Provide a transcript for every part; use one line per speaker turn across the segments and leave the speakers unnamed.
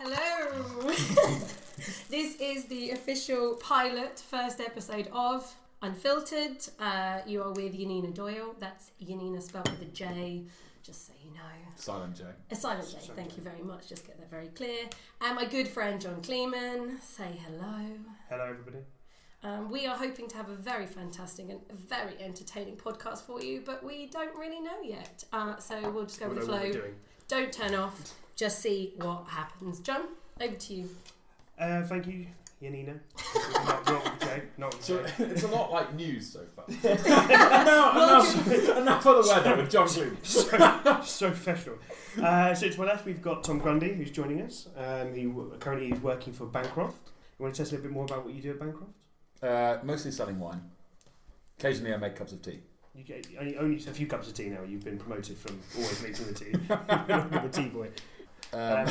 This is the official pilot first episode of Unfiltered. Uh, you are with Yanina Doyle. That's Yanina spelled with a J, just so you know.
Silent J.
A silent J, thank you very much. Just get that very clear. And my good friend John Kleeman, say hello.
Hello, everybody.
Um, we are hoping to have a very fantastic and very entertaining podcast for you, but we don't really know yet. Uh, so we'll just go
We
with the
know what we're
flow.
doing.
Don't turn off, just see what happens. John, over to you.
Uh, thank you, Yanina. not, not with the J, not with
So
the J.
it's a lot like news so far. and now, enough, enough of the weather with John Clooney.
so, so professional. Uh, so to my left, we've got Tom Grundy, who's joining us. Um, he w- currently is working for Bancroft. You want to tell us a little bit more about what you do at Bancroft?
Uh, mostly selling wine. Occasionally, I make cups of tea.
You get only, only a few cups of tea now. You've been promoted from always making the tea, the tea boy.
Um,
Um,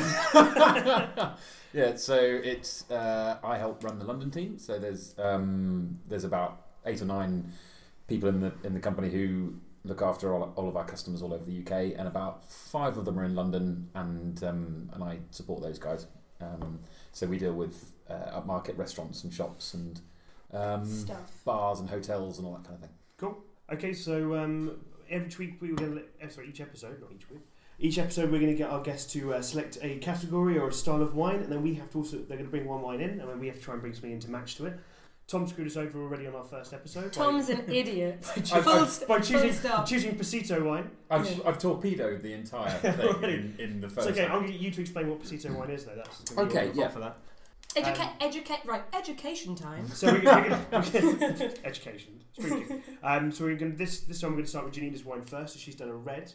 yeah, so it's uh, I help run the London team. So there's um, there's about eight or nine people in the in the company who look after all, all of our customers all over the UK, and about five of them are in London, and um, and I support those guys. Um, so we deal with uh, upmarket restaurants and shops and um,
Stuff.
bars and hotels and all that kind of thing.
Okay, so um, every week we were going to, eh, sorry, each episode, not each week, each episode we're going to get our guests to uh, select a category or a style of wine, and then we have to also, they're going to bring one wine in, and then we have to try and bring something in to match to it. Tom screwed us over already on our first episode.
Tom's an idiot.
by, by,
Full,
by,
st-
by
full
choosing,
stop.
choosing Prosecco wine.
I've, I've torpedoed the entire thing in, in the
It's
first.
okay, I'll get you to explain what Prosecco wine is, though. That's gonna be
Okay,
your
yeah.
fault for that.
Educate, educate, right, education time.
So we're gonna, we're gonna, education. It's pretty good. Um, so we're going to, this this time we're going to start with Janina's wine first. So she's done a red.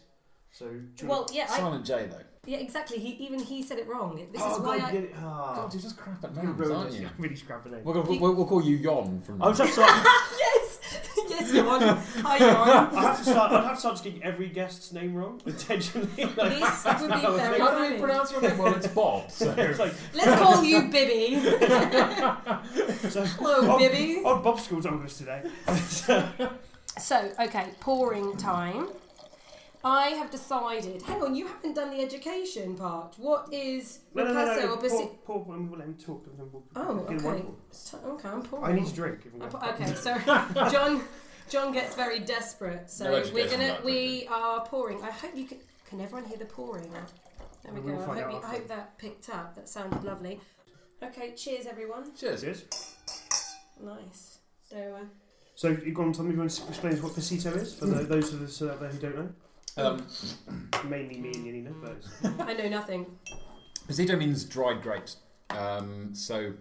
So do you wanna-
Well, yeah, I,
Silent J though.
yeah, exactly. He, even he said it wrong. This
oh,
is why
God,
I.
you did it. Ah.
God, you're just crap at
You're gonna
names,
ruin
aren't
this.
you?
I'm really scrapping it.
We're gonna, we'll, we'll call you Yon from. now
I would have to start.
yes, yes, you on. Hi, John.
I have to start. I'd have to start just getting every guest's name wrong intentionally. Like,
This would be
how I
very
think.
How do we pronounce your name? Well, it's Bob. So.
It's like,
Let's call you Bibby.
so,
Hello,
Oh.
Bibby.
odd Bob school's on us today. So,
So, okay, pouring time. I have decided. Hang on, you haven't done the education part. What is
no, no, no,
Picasso
no.
or Bassi-
Pour, pour when we let him talk. And then we'll
Oh,
get
okay.
one.
So- Okay, I'm pouring.
I need to drink. If I'm
I'm
gonna-
pou- Oh, okay, so John, John gets very desperate. So
No
we're
education
gonna
about
we are pouring. I hope you can. Can everyone hear the pouring? There we
We
go.
will
I
find
hope,
out
you, I
after.
hope that picked up. That sounded lovely. Okay, cheers everyone.
Cheers.
Cheers.
Nice. So. Uh,
So you've gone. Tell me, you want to explain what Pasito is for the, those of us out there who don't know.
Um,
Mainly me and Yanina, but it's-
I know nothing.
Pasito means dried grapes. Um, so,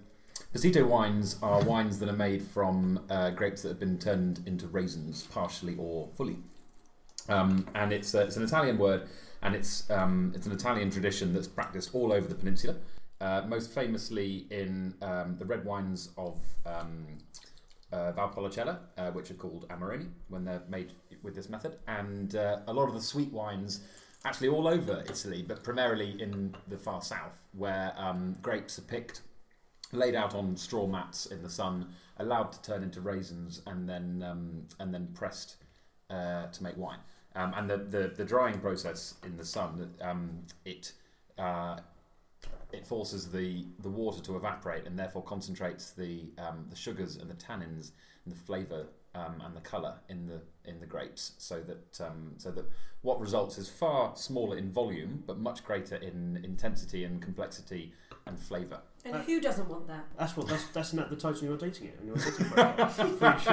Pasito wines are wines that are made from uh, grapes that have been turned into raisins, partially or fully. Um, and it's, uh, it's an Italian word, and it's, um, it's an Italian tradition that's practiced all over the peninsula, uh, most famously in um, the red wines of um, uh, Valpolicella, uh, which are called Amarone when they're made with this method, and uh, a lot of the sweet wines actually all over Italy, but primarily in the far south, where um, grapes are picked, laid out on straw mats in the sun, allowed to turn into raisins, and then um, and then pressed uh, to make wine. Um, and the, the the drying process in the sun, um, it uh, it forces the, the water to evaporate and therefore concentrates the um, the sugars and the tannins and the flavour um, and the colour in the in the grapes, so that um, so that what results is far smaller in volume but much greater in intensity and complexity and flavour.
And who doesn't want that?
that's what that's that's not the title you're dating it. on your dating profile.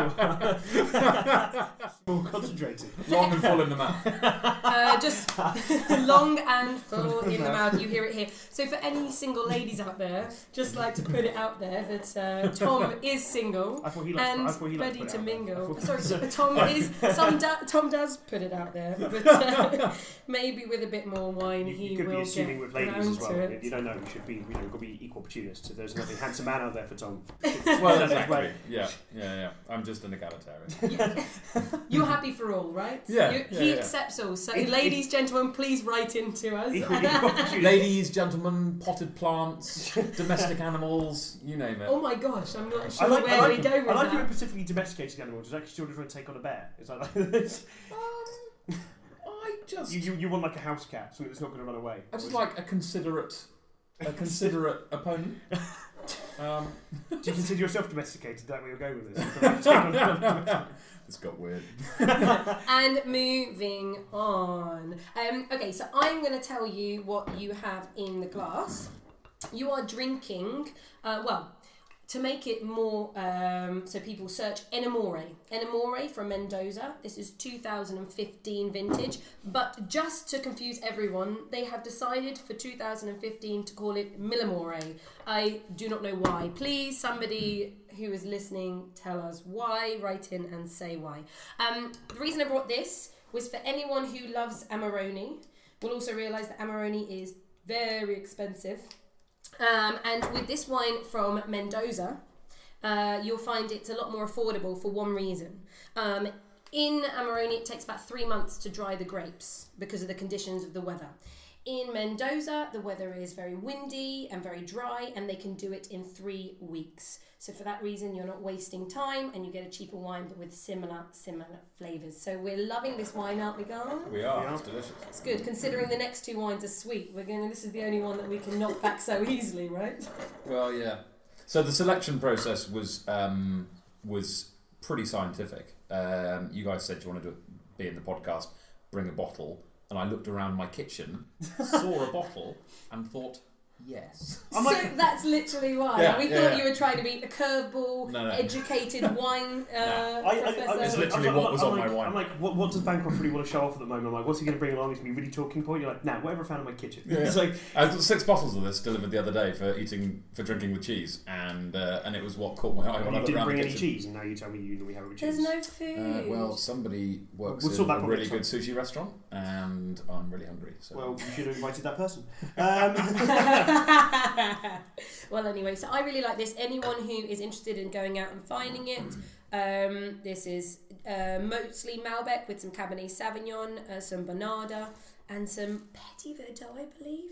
Pretty sure. More concentrated.
Long and full in the mouth.
Uh, just long and full in the mouth. You hear it here. So for any single ladies out there, just like to put it out there that uh, Tom is single
I thought he liked.
and
I thought he liked
ready
put
to
out there. I
mingle.
thought-
Sorry, Tom is. Some da- Tom does put it out there, but uh, maybe with a bit more wine,
You,
he
you could
will
be assuming
get
with ladies
round
as well.
to
You
it.
you don't know. You should be, you know, could be equal opportunists. If there's another handsome man out there for Tom,
Well, exactly. Yeah, yeah, yeah. I'm just an egalitarian.
You're happy for all, right?
Yeah,
You-
yeah,
he
yeah.
accepts all. So,
It- it-
ladies, gentlemen, please write into us.
equal equal opportunists.
Ladies, gentlemen, potted plants, domestic animals, you name it.
Oh my gosh, I'm not sure
like- I
where
like-
we go with
I like you
that.
with specifically domesticated animals. It's actually children trying to take on a bear. It's like, like this.
Um, I just,
You, you, you want like a house cat, something that's not going to run away.
I just like a considerate, a considerate opponent. Um,
Do you consider yourself domesticated? That we were going with this.
it's got weird.
And moving on. Um, okay, so I'm going to tell you what you have in the glass. You are drinking, uh, well, to make it more, um, so people search Enamore. Enamore from Mendoza. This is 2015 vintage. But just to confuse everyone, they have decided for 2015 to call it Millamore. I do not know why. Please, somebody who is listening, tell us why. Write in and say why. Um, the reason I brought this was for anyone who loves Amarone. Will also realise that Amarone is very expensive. Um, and with this wine from Mendoza, uh, you'll find it's a lot more affordable for one reason. Um, in Amarone, it takes about three months to dry the grapes because of the conditions of the weather. In Mendoza, the weather is very windy and very dry, and they can do it in three weeks. So, for that reason, you're not wasting time and you get a cheaper wine but with similar, similar flavours. So, we're loving this wine, aren't we, guys?
We are.
Yeah.
It's delicious.
It's good, considering the next two wines are sweet. We're going. to This is the only one that we can knock back so easily, right?
Well, yeah. So the selection process was um, was pretty scientific. Um, you guys said you wanted to be in the podcast, bring a bottle, and I looked around my kitchen, saw a bottle, and thought, yes.
I
so
might-
that's literally why
Yeah,
we
yeah,
thought
yeah.
you were trying to be a curveball,
No, no.
educated wine uh,
I, I, I,
It's
professor.
literally
I'm,
what
I'm,
was
I'm
on my
like,
wine.
I'm like, what, what does Bancroft really want to show off at the moment? I'm like, what's he going to bring along? It's going to be really talking point. You're like, nah, whatever I found in my kitchen.
Yeah.
It's like,
I got uh, six bottles of this delivered the other day for eating for drinking with cheese, and uh, and it was what caught my eye when I
you
looked
didn't
around
bring
the
any
kitchen.
cheese, and now you tell me you normally have it with cheese.
There's no food.
Uh, well, somebody works
We'll
in
sort that
a
problem
really
out.
good sushi restaurant, and I'm really hungry. So
Well, you should have invited that person. Um,
well, anyway, so I really like this. Anyone who is interested in going out and finding it, um, this is uh, mostly Malbec with some Cabernet Sauvignon, uh, some Bonarda, and some Petit Verdot, I believe.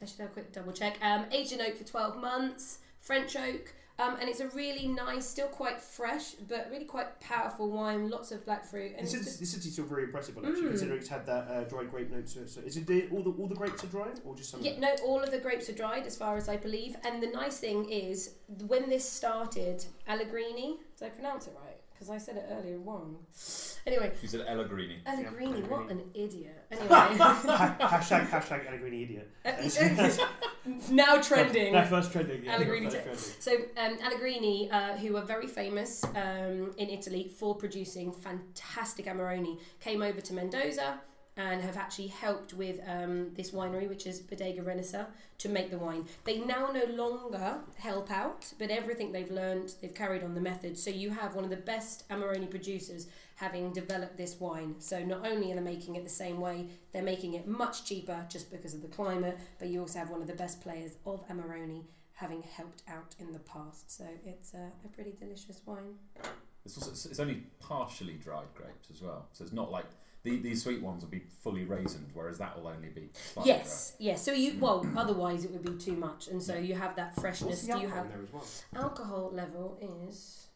I should have a quick double check. Um, aged in oak for 12 months, French oak. Um, and it's a really nice, still quite fresh, but really quite powerful wine. Lots of black fruit. And it's
this is
just-
this is still very impressive, actually,
Mm.
considering it's had that uh, dried grape note to it. So, is it the- all the all the grapes are dry, or just some?
Yeah,
of
no, all of the grapes are dried, as far as I believe. And the nice thing is, when this started, Allegrini, did I pronounce it right? Because I said it earlier wrong. Anyway,
you said Pellegrini.
Allegrini, what an idiot.
them?
Anyway,
Ha- hashtag hashtag Allegrini idiot.
now trending.
That first trending. Yeah,
Allegrini
first
tip.
trending.
So um, Allegrini, uh, who are very famous um, in Italy for producing fantastic Amarone, came over to Mendoza and have actually helped with um, this winery, which is Bodega Renessa, to make the wine. They now no longer help out, but everything they've learned, they've carried on the method. So you have one of the best Amarone producers having developed this wine. So not only are they making it the same way, they're making it much cheaper just because of the climate, but you also have one of the best players of Amarone having helped out in the past. So it's uh, a pretty delicious wine.
It's, also, it's- it's only partially dried grapes as well, so it's not like the, these sweet ones will be fully raisined, whereas that will only be slightly
yes, yes. So you well, otherwise it would be too much, and so you have that
What's
freshness.
the
Do you
alcohol
have
in there as well?
alcohol level is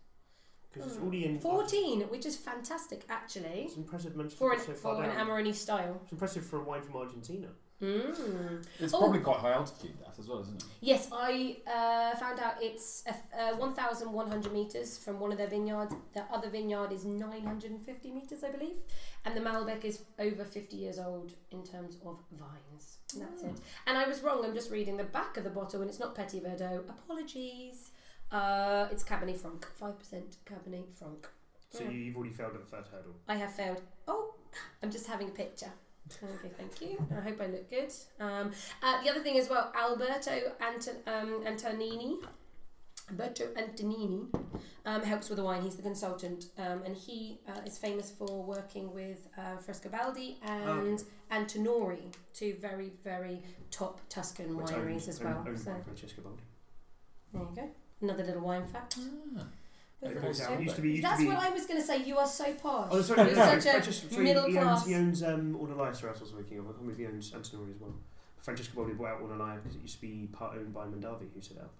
Because it's already in
fourteen, which is fantastic actually
It's impressive. Manchester
for an
so far
for an
down.
Amarone style.
It's impressive for a wine from Argentina.
Mm.
Dry. It's
Oh.
probably quite high altitude that as well, isn't it?
Yes, I uh, found out it's uh, one thousand one hundred meters from one of their vineyards. The other vineyard is nine hundred and fifty meters, I believe, and the Malbec is over fifty years old in terms of vines. And that's it. And I was wrong. I'm just reading the back of the bottle, and it's not Petit Verdot. Apologies. Uh, it's Cabernet Franc, five percent Cabernet Franc.
So
Yeah.
you, you've already failed at the first hurdle.
I have failed. Oh, I'm just having a picture. Okay, thank you. I hope I look good. Um, uh, the other thing as well, Alberto Anton, um, Antonini, Alberto Antonini, um, helps with the wine. He's the consultant, um, and he uh, is famous for working with uh, Frescobaldi and Antonori, two very, very top Tuscan
Which
wineries
owned-
as well.
owned- owned
So
by Francesco Baldi.
there you go. Another little wine fact.
It
With
It goes
goes
that.
down.
down.
It used to be. Used
That's
to be,
what I was going to say. You are so posh.
Oh, sorry,
You're
no,
such a
Francesco- sorry,
middle
he
class.
Owns, he owns um, Ornellaia Terrace I was working on. I can't remember if he owns Antonori as well. Francesco Baldi bought out Ornellaia because it used to be part owned by Mandavi, who set out.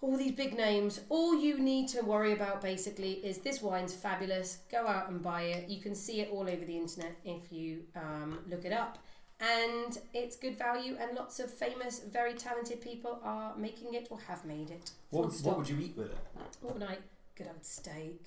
all these big names. All you need to worry about basically is this wine's fabulous. Go out and buy it. You can see it all over the internet if you um, look it up. and it's good value, and lots of famous, very talented people are making it or have made it.
What,
Full
would-
stop.
what would you eat with it?
All night, good old steak,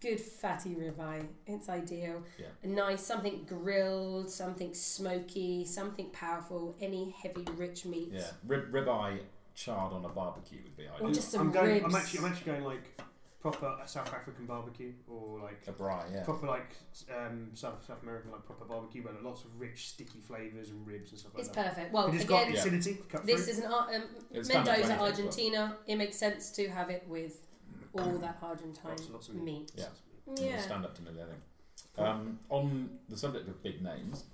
good fatty ribeye. It's ideal.
Yeah.
A nice something grilled, something smoky, something powerful. Any heavy, rich meat.
Yeah, Rib, ribeye charred on a barbecue would be ideal.
Or just some
I'm going.
ribs.
I'm actually. I'm actually going like proper South African barbecue or like
a braai, yeah.
proper like s- um, South South American like proper barbecue, where lots of rich sticky flavors and ribs and stuff like
It's
that.
perfect. Well,
But
again,
it's got acidity. Cut
this
through.
is an Ar- um,
It's done
Mendoza,
in 20 as well.
Argentina. It makes sense to have it with
Mm.
all that Argentine
lots, lots of meat.
meat.
Yeah.
Yeah.
Stand up to nearly anything. Um, on the subject of big names,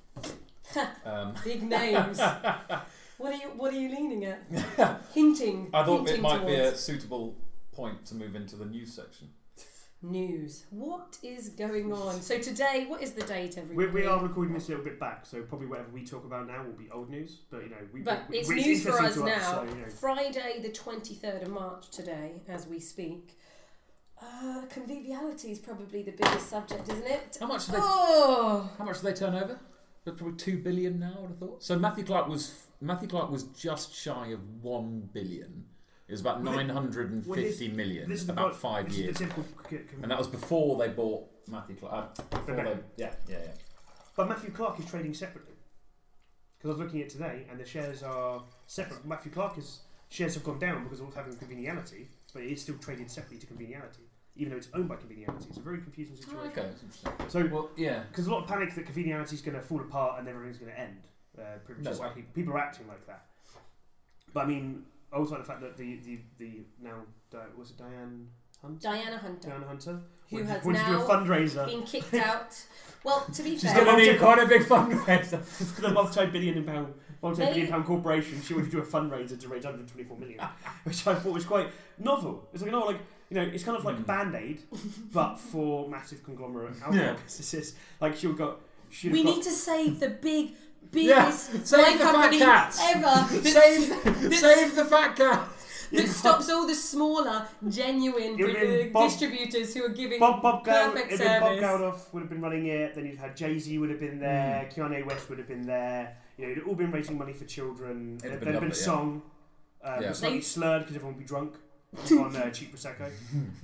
um,
Big names. what are you What are you leaning at? Hinting.
I thought
hinting
it might be
towards.
a suitable point to move into the news section.
News. What is going on? So today, what is the date,
We,
everybody?
we are recording this a little bit back, so probably whatever we talk about now will be old news. But you know, we,
But
we,
it's
we-
news for
interesting
us
to
now.
so, you know,
Friday, the 23rd of March, today, as we speak. Uh, conviviality is probably the biggest subject, isn't it?
How much do they,
Oh!
how much do they turn over? They're Probably two billion now, I would have thought. So Matthew Clark was Matthew Clark was just shy of one billion. It was about
Well, thi-
nine hundred and
well, this-
fifty million.
this is the
about
part-
five
this
years,
Is the typical c- c-
and that was before they bought Matthew Clark. Uh, before they,
Rebecca.
yeah, yeah, yeah.
But Matthew Clark is trading separately. Because I was looking at it today, and the shares are separate. Matthew Clark's shares have gone down because of what's happening with Conveniality, but it is still traded separately to Conveniality, even though it's owned by Conveniality. It's a very confusing
Oh,
situation.
okay, that's interesting.
So,
Well, yeah.
because a lot of panic that Conveniality is going to fall apart and everything's going to end. Uh, pretty much
No
that's why
way.
people, people are acting like that. But I mean, I also like the fact that the the, the now Di- was it Diane Hunt?
Diana Hunter,
Diane Hunter
who
wanted,
has
wanted to do a
now
fundraiser,
been kicked out. Well, to be
She's
fair,
going to need quite a big fundraiser.
the multi-billion pound, multi-billion
They-
pound corporation. She wanted to do a fundraiser to raise 124 million, which I thought was quite novel. It's like, oh, like you know, it's kind of like
Hmm.
Band Aid, but for massive conglomerate alcohol
Yeah.
businesses. Like she'll go, she'll
we
got,
need to save the big,
Yeah,
biggest wine
save the fat
company
cats.
ever.
Save,
that's-
save the fat cat.
that stops all the smaller, genuine
You've been
uh,
Bob-
distributors who are giving
Bob Bob Gow,
perfect
it'd been Bob
service.
Geldof would have been running it. Then you'd had Jay Z would have been there.
Mm.
Kanye West would have been there. You know, it'd all been raising money for children.
It'd have
There'd
been lovely,
been, a song, um,
Yeah.
slightly
They-
slurred because everyone would be drunk on uh, cheap prosecco,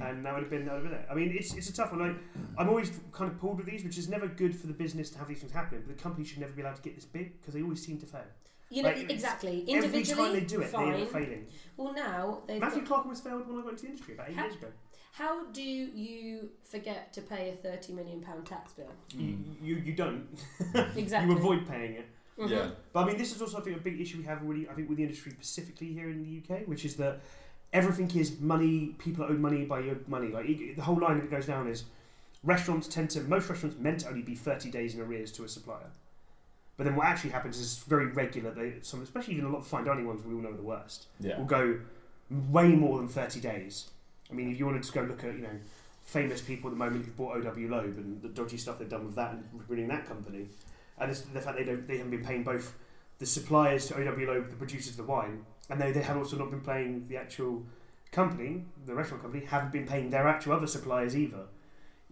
and that would have been that would have been it. I mean, it's it's a tough one. Like, I'm always kind of pulled with these, which is never good for the business to have these things happening. But the company should never be allowed to get this big because they always seem to fail.
You know,
Like, it's-
exactly.
Every
Individually,
time they do it, they end
fine.
up failing.
Well, now they've
Matthew
got-
Clark was failed when I got into the industry about eight
Ha-
years ago.
How do you forget to pay a thirty million pound tax bill?
You, you you don't.
Exactly.
You avoid paying it.
Mhm.
Yeah.
But I mean, this is also I think a big issue we have really I think with the industry specifically here in the UK, which is that everything is money. People are owed money by your money. Like you- the whole line that goes down is restaurants tend to most restaurants meant to only be thirty days in arrears to a supplier. But then what actually happens is very regular. They some especially even a lot of fine dining ones we all know are the worst
Yeah.
will go way more than 30 days. I mean, if you wanted to go look at, you know, famous people at the moment who bought OW Loeb and the dodgy stuff they've done with that and ruining that company, and it's the fact they don't they haven't been paying both the suppliers to OW Loeb, the producers of the wine, and they, they have also not been paying the actual company, the restaurant company, haven't been paying their actual other suppliers either.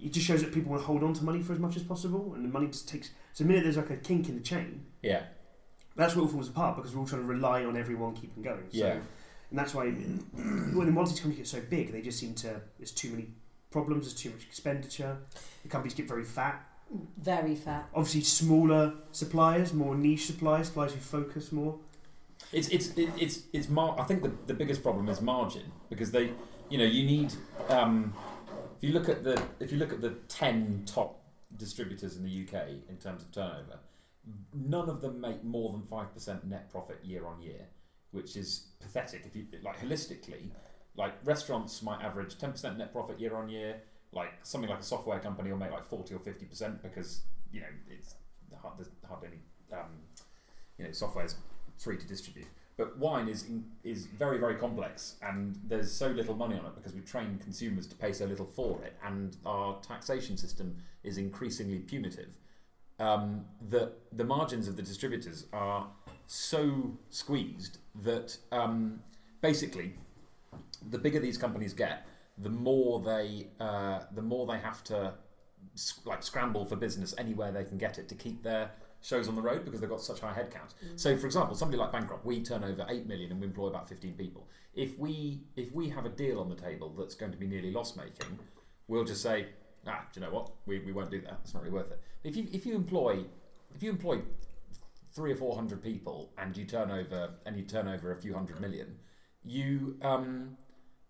It just shows that people want to hold on to money for as much as possible, and the money just takes. So, the minute there's like a kink in the chain,
Yeah.
that's where it all falls apart because we're all trying to rely on everyone keeping going. So,
Yeah.
and that's why when the commodities companies get so big, they just seem to there's too many problems, there's too much expenditure. The companies get very fat.
Mm-hmm. Very fat.
Obviously, smaller suppliers, more niche suppliers, suppliers who focus more.
It's it's it- it's it's mar- I think the, the biggest problem is margin because they you know you need um, if you look at the if you look at the ten top distributors in the UK in terms of turnover, none of them make more than five percent net profit year on year, which is pathetic. If you like holistically, like restaurants might average ten percent net profit year on year. Like something like a software company will make like forty or fifty percent because you know it's hard, there's hardly any um, you know software's free to distribute. But wine is is very very complex, and there's so little money on it because we train consumers to pay so little for it, and our taxation system is increasingly punitive. Um, that the margins of the distributors are so squeezed that um, basically, the bigger these companies get, the more they uh, the more they have to sc- like scramble for business anywhere they can get it to keep their shows on the road because they've got such high headcounts. So, for example, somebody like Bancroft, we turn over eight million and we employ about fifteen people. If we if we have a deal on the table that's going to be nearly loss making, we'll just say, ah, do you know what? We, we won't do that. It's not really worth it. If you if you employ if you employ three or four hundred people and you turn over and you turn over a few hundred million, you um,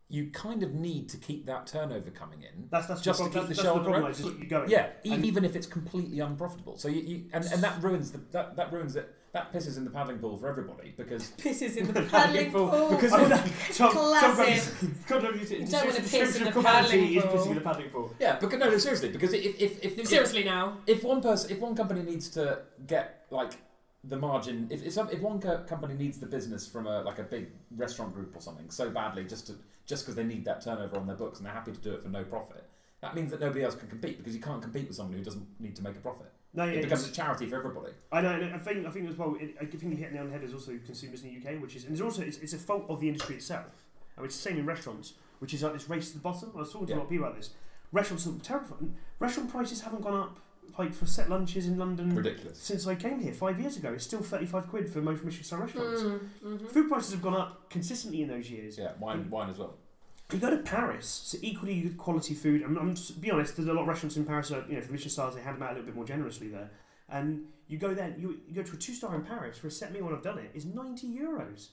you kind of need to keep that turnover coming in.
That's that's
Just
the
to
problem.
keep
that's,
the
that's
show on
the
the
problem.
road.
is just you going.
Yeah, e-
And-
even if it's completely unprofitable. So you, you and, and that ruins the that, that ruins it. That pisses in the paddling pool for everybody because
Pisses in the paddling
pool,
pool.
Because
Oh,
of that, Tom, Tom
classic.
Brady- God, don't use it.
You don't wanna
Description
piss in
of
the
comedy
paddling
is
pool.
pissing in the paddling pool.
yeah, because no, no, seriously, because if if if, if
Seriously now.
if one person, if one company needs to get like the margin, if if, some, if one co- company needs the business from a like a big restaurant group or something so badly, just to just because they need that turnover on their books and they're happy to do it for no profit, that means that nobody else can compete because you can't compete with someone who doesn't need to make a profit.
No, yeah,
It becomes
it's-
a charity for everybody.
I know. and I think I think as well. It, I think you hit the nail on the head is also consumers in the UK, which is and it's also it's, it's a fault of the industry itself. I mean, it's the same in restaurants, which is like this race to the bottom. I was talking to a lot of people about this. Restaurants are terrifying. Restaurant prices haven't gone up like for set lunches in London
Ridiculous.
since I came here five years ago. It's still thirty-five quid for most Michelin restaurants.
Mm, mhm.
Food prices have gone up consistently in those years.
Yeah, wine, wine as well.
You go to Paris, so equally good quality food. I'm, I'm just, be honest, there's a lot of restaurants in Paris. That, you know, for Michelin stars, they hand them out a little bit more generously there. And you go there, you, you go to a two star in Paris for a set meal. When I've done it, is ninety euros.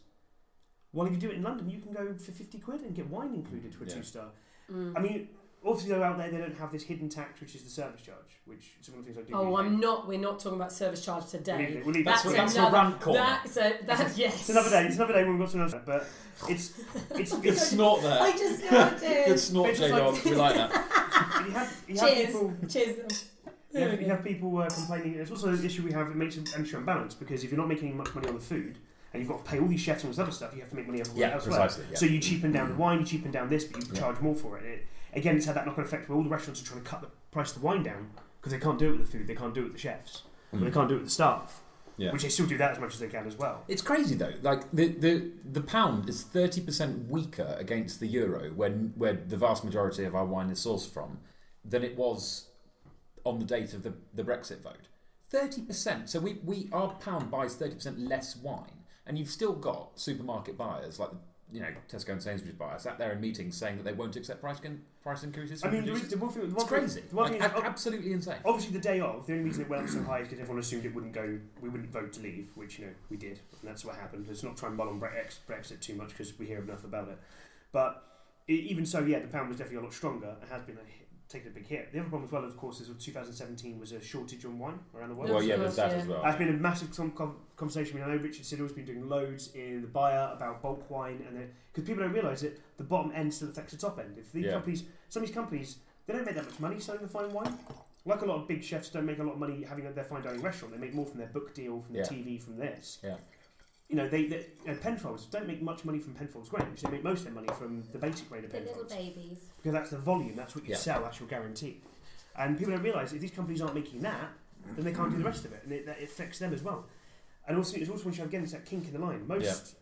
While if you do it in London, you can go for fifty quid and get wine included to a
Yeah.
two star.
Mm.
I mean, obviously though out there they don't have this hidden tax, which is the service charge, which is one of the things I do.
Oh,
really
I'm
hate.
not. We're not talking about service charge
We'll
today.
leave it- we'll leave
That's
it.
what- that's for
another-
rant corner.
That's a that yes.
It's another day. It's another day when we've got someone else. But it's it's
Good
it's.
snort there.
I just noticed.
Good snort,
It's
J
just
Dog.
like-
We like that.
You have, you have
Cheers.
people.
Cheers.
You
There
have,
we
you
go.
have people uh, complaining. It's also an issue we have. It makes an industry unbalanced because if you're not making any much money on the food and you've got to pay all these chefs and all this other stuff, you have to make money everywhere
Yeah,
else. elsewhere.
precisely. Yeah.
So you cheapen down the wine, you cheapen down this, but you
Yeah.
charge more for it. it. Again, it's had that knock-on effect where all the restaurants are trying to cut the price of the wine down because they can't do it with the food, they can't do it with the chefs, or they
Mm.
can't do it with the staff.
Yeah.
Which they still do that as much as they can as well.
It's crazy though. Like the the, the pound is thirty percent weaker against the euro, when where the vast majority of our wine is sourced from, than it was on the date of the, the Brexit vote. Thirty percent. So we, we our pound buys thirty percent less wine, and you've still got supermarket buyers like you know Tesco and Sainsbury's buyers sat there in meetings saying that they won't accept price con- price increases.
I
from
mean, the,
producers.
the one thing, the
it's
one thing-
crazy.
the one thing
Like,
is,
ab- absolutely insane.
Obviously, the day of, the only reason it went up so high is because everyone assumed it wouldn't go, we wouldn't vote to leave, which, you know, we did. And that's what happened. Let's not try and mull on Brex- Brexit too much because we hear enough about it. But e even so, yeah, the pound was definitely a lot stronger. It has been a hit, taken a big hit. The other problem, as well, of course, is 2017 was a shortage on wine around the world.
Well, yeah, there's that as
well.
That's been a massive com- com- conversation. I mean, I know Richard Siddle's been doing loads in the buyer about bulk wine, and because people don't realise it, the bottom end still affects the top end. If these
Yeah.
companies, some of these companies, they don't make that much money selling the fine wine. Like a lot of big chefs don't make a lot of money having their fine dining restaurant. They make more from their book deal, from the
Yeah.
TV, from this.
Yeah.
You know, they, they and Penfolds don't make much money from Penfolds Grange. They make most of their money from the basic grain of
The little
Penfolds
babies.
because that's the volume. That's what you
Yeah.
sell. That's your guarantee. And people don't realise if these companies aren't making that, then they can't do the rest of it, and it, that affects them as well. And also, it's also when you again it's that kink in the line. Most,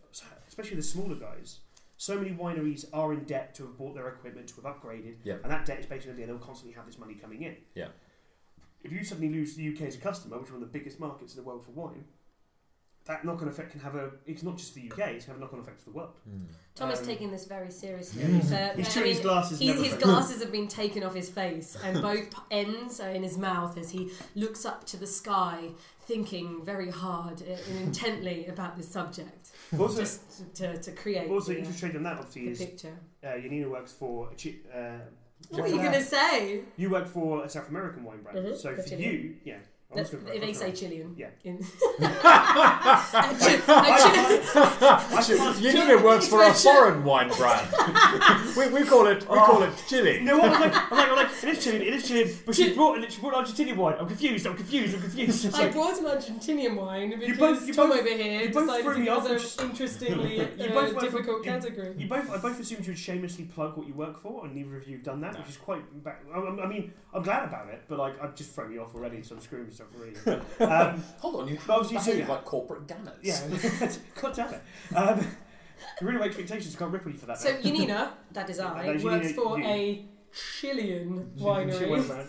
especially the smaller guys, so many wineries are in debt to have bought their equipment to have upgraded,
Yeah.
and that debt is based on the idea they'll constantly have this money coming in.
Yeah.
If you suddenly lose the UK as a customer, which is one of the biggest markets in the world for wine, that knock-on effect can have a. It's not just the UK; it's going to have a knock-on effect for the world.
Hmm.
Tom is
Um,
taking this very seriously.
Mm.
So,
He's
I
chewing his
mean,
glasses.
He,
never
his
fails.
glasses have been taken off his face, and both p- ends are in his mouth as he looks up to the sky, thinking very hard uh, and intently about this subject,
Also,
just to, to create
also
the,
interest rate on that obviously
the
is
picture.
uh, Yanina works for a chi- uh,
What were you going to say?
you work for a South American wine brand.
Mhm,
So
the
for
Chilean.
you, yeah. I was
That's,
gonna- I was
they say
gonna-
Chilean.
Yeah.
In- Actually- actually-
I can't-
You know it works for a foreign wine brand. we, we call it we call it
You
chili.
know what? I'm like, I'm like, I'm like, it is Chilean, it is Chilean, but
Chil-
she brought, and she brought Argentinian wine. I'm confused, I'm confused, I'm confused. It's
I
like,
brought an Argentinian wine because
both- you
Tom
both-
over here
you both
decided
threw
to
me
give
off and
us
sh-
an interestingly
You
uh,
both went-
difficult
you-
categomed
you both, I both assumed you'd shamelessly plug what you work for, and neither of you have done that,
No.
which is quite. Ba- I, I mean, I'm glad about it, but like, I've just thrown you off already, so I'm screwing myself already. Um,
Hold on, you
But obviously you
behave
do that.
like corporate ganners.
yeah, God damn it. Um, really low expectations. Can't rip on you for that.
So
now.
Yanina, that is I,
That is
works
Yanina,
for
you.
a Chilean
Chilean wine
winery.
brand.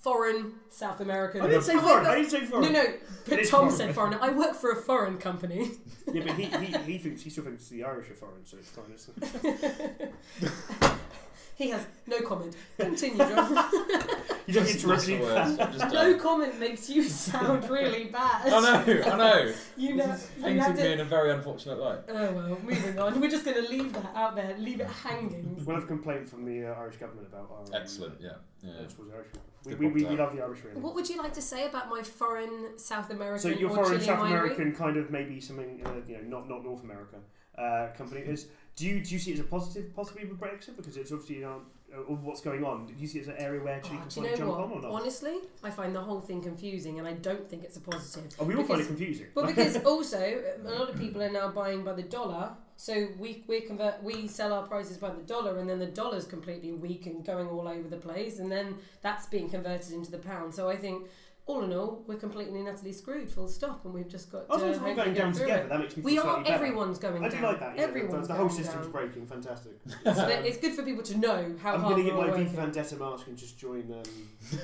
foreign South American.
I didn't say
I've
foreign. I
got-
didn't say foreign.
No, no, but
It's
Tom
foreign.
said foreign. I work for a foreign company.
Yeah, but he, he, he thinks he still thinks the Irish are foreign, so it's fine. Isn't it?
he has no comment. Continue, John.
You don't interrupt
the
me.
words. Just uh,
no
done.
comment makes you sound really bad.
I know, I know.
You know, you
Things
have
in me
to.
in a very unfortunate light.
Oh well, moving on. We're just going to leave that out there, leave it hanging.
We'll have a complaint from the uh, Irish government about our um,
Excellent. Yeah.
uh,
Yeah.
towards the Irish. We,
Good
we, we, we
lockdown.
love the Irish really.
What would you like to say about my foreign South American
so your
or
foreign
Chilean
South
winery?
American kind of maybe something uh, you know not not North America uh, company is. Do you do you see it as a positive possibly with Brexit because it's obviously you know uh, all what's going on. Do you see it as an area where Chile
Oh,
can
do
kind
you
of
know
jump
what?
on or not?
Honestly, I find the whole thing confusing, and I don't think it's a positive.
Oh, we all find
because-
it confusing.
Well, because also a lot of people are now buying by the dollar, so we we convert we sell our prices by the dollar, and then the dollar's completely weak and going all over the place, and then that's being converted into the pound. So I think. All in all, we're completely and utterly screwed. Full stop, and we've just got.
Oh, as
to
long as we're
hope
all
we
going
get
down
through
together,
it.
that makes me
We
feel
are.
slightly better.
Everyone's going
I
down.
do like that. Yeah, the-
Everyone's
the, whole
going
system's
down.
breaking. Fantastic.
So that- it's good for people to know how
I'm
hard
gonna get
we're
my V
working.
for Vendetta mask and just join.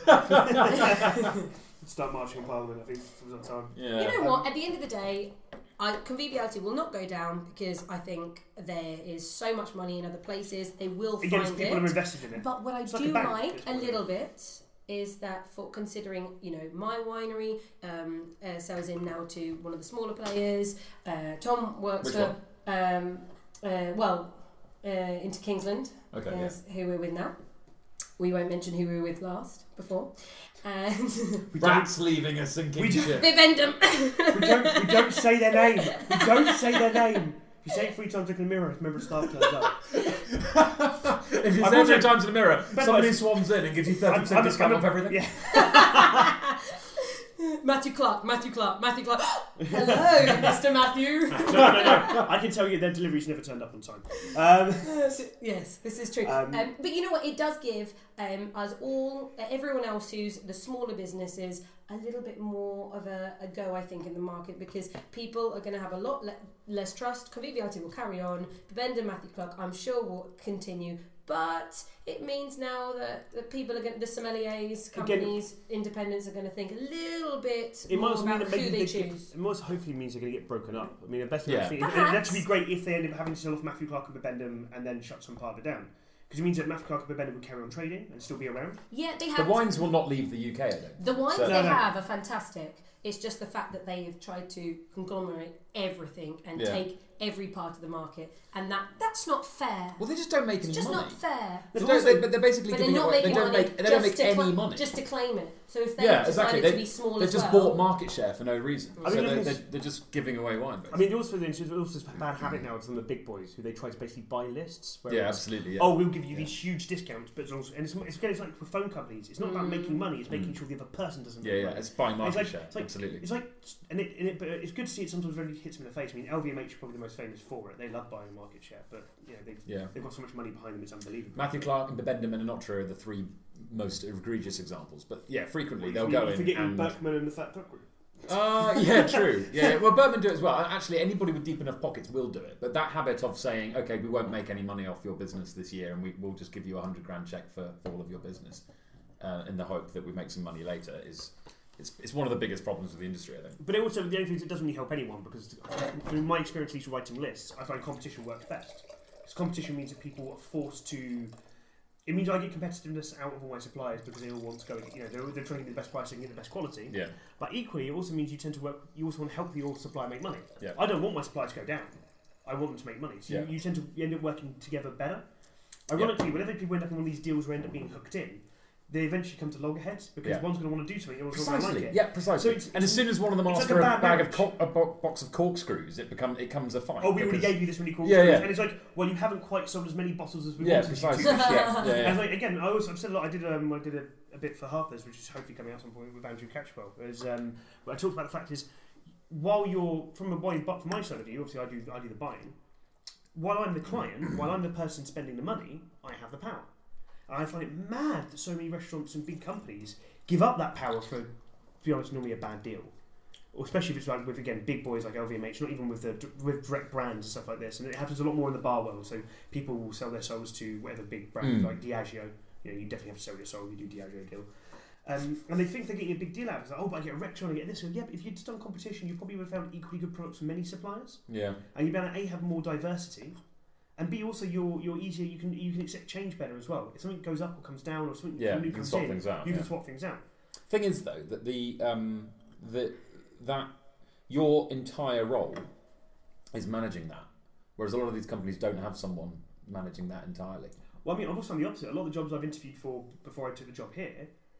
Um, start marching in Parliament. I think for some time.
Yeah.
You know what? At the end of the day, I, conviviality will not go down because I think there is so much money in other places. They will
Again, it's
find
people are
it.
invested in it.
But what I
It's like a
do
bank,
like
it's
a
what it
little bit is that for considering, you know, my winery um, uh, sells in now to one of the smaller players. Uh, Tom works
Which
for, um, uh, well, uh, into Kingsland,
Okay. Yeah.
is who we're with now. We won't mention who we were with last before. And
We don't,
Rats leaving a sinking
We do-
ship.
Vivendum.
we, don't, we don't say their name. We don't say their name. If you say it three times, look in the mirror. Remember, staff turns up.
If you
I'm
say
also-
three times in the mirror,
But-
somebody swans in and gives you thirty percent discount
I'm-
off everything.
Yeah.
Matthew Clark, Matthew Clark, Matthew Clark. Hello, Mr. Matthew.
No, no, no. I can tell you their deliveries never turned up on time. Um,
yes, this is true. Um,
Um,
but you know what? It does give um, us all, everyone else who's the smaller businesses, a little bit more of a, a go, I think, in the market because people are going to have a lot le- less trust. Conviviality will carry on. Bend and Matthew Clark, I'm sure, will continue. But it means now that the people are going, the sommeliers, companies, independents are going to think a little bit
it might
more
also mean
about
that
who
maybe
they
they get,
choose.
it most hopefully means they're going to get broken up. I mean, the best
Yeah.
yeah. it'd
Perhaps.
actually be great if they end up having to sell off Matthew Clark and Bibendum and then shut some part of it down. Because it means that Matthew Clark and Bibendum would carry on trading and still be around.
Yeah, they
The
have.
wines will not leave the UK. I don't.
The wines
So-
they
No, no.
have are fantastic. It's just the fact that they have tried to conglomerate everything and
Yeah.
take every part of the market, and that that's not fair.
Well, they just don't make
it's
any
just
money.
not fair.
They
But
don't,
also-
they, but they're basically
But they're
giving
not
away.
making
They don't
money.
make. They don't make
just to
any
cla-
money.
Just to claim it. So if they
Yeah,
decided
exactly.
to
They-
be small
They've
as
just
well,
bought market share for no reason.
I
so
mean,
they're,
if
they're,
it's-
they're just giving away wine.
I mean, also then it's also a bad habit now from the big boys who they try to basically buy lists. Where
yeah,
it's,
absolutely. Yeah.
Oh, we'll give you
Yeah.
these huge discounts, but it's also and it's, it's, again, it's like with phone companies. It's not about
Mm.
making money; it's making
Mm.
sure the other person doesn't.
yeah,
make
yeah.
money.
It's buying market
like-
share.
it's like-
absolutely.
It's like, and it, and it, but it's good to see it sometimes really hits them in the face. I mean, LVMH are probably the most famous for it. They love buying market share, but you know, they,
yeah.
they've got so much money behind them, it's unbelievable.
Matthew Clark and Bibendum and Anatra are the three most egregious examples. But yeah, frequently
You
they'll
forget-
go
you
in
forget
and.
Berkman and the Fat Duck Group.
Uh, yeah, true. Yeah, yeah. well, Berman do it as well. And Actually, anybody with deep enough pockets will do it. But that habit of saying, "Okay, we won't make any money off your business this year, and we will just give you a hundred grand check for, for all of your business," uh, in the hope that we make some money later, is it's, it's one of the biggest problems with the industry. I think.
But it also the only thing is it doesn't really help anyone because from my experience, at least writing lists, I find competition works best. Because competition means that people are forced to. It means I get competitiveness out of all my suppliers because they all want to go. You know, they're, they're trying to get the best price and get the best quality.
Yeah.
But equally, it also means you tend to work. You also want to help the old supplier make money.
Yeah.
I don't want my supplier to go down. I want them to make money. So
Yeah.
you, you tend to you end up working together better. Ironically, whenever people end up in one of these deals or end up being hooked in, they eventually come to loggerheads because
Yeah.
one's going to want to do something, and one's not going to
Precisely.
like it.
yeah, precisely.
So it's-
and as soon as one of them
it's
asks
like a
for a
bad
bag of cor-
marriage.
a bo- box of corkscrews, it become it comes a fight.
oh, we already
because-
gave you this really cool
Yeah,
yeah,
yeah.
and it's like, well, you haven't quite sold as many bottles as we
Yeah,
wanted
precisely.
you to.
yeah, yeah, yeah.
And it's like, again, I always, I've said a lot. I did, um, I did a, a bit for Harper's, which is hopefully coming out some point with Andrew Catchwell. Is um, where I talked about the fact is, while you're from a buying, but from my side of you, obviously I do, I do the buying. While I'm the client, while I'm the person spending the money, I have the power. And I find it mad that so many restaurants and big companies give up that power for, to be honest, normally a bad deal. Or especially if it's like with again big boys like LVMH, not even with the with direct brands and stuff like this, and it happens a lot more in the bar world. So people will sell their souls to whatever big brand
Mm.
like Diageo. You know, you definitely have to sell your soul. if You do Diageo deal. Um, and they think they're getting a big deal out of it. It's like, oh, but I get a retro and I get this. And yeah, but if you'd just done competition, you probably would have found equally good products from many suppliers.
Yeah.
And you'd be able to A, have more diversity, and B, also you're, you're easier, you can you can accept change better as well. If something goes up or comes down or something
Yeah,
new
you can
comes
swap
in,
things out,
you
yeah.
can swap things out.
Thing is, though, that the um, that that your entire role is managing that, whereas a lot of these companies don't have someone managing that entirely.
Well, I mean, I've also done the opposite. A lot of the jobs I've interviewed for before I took the job here,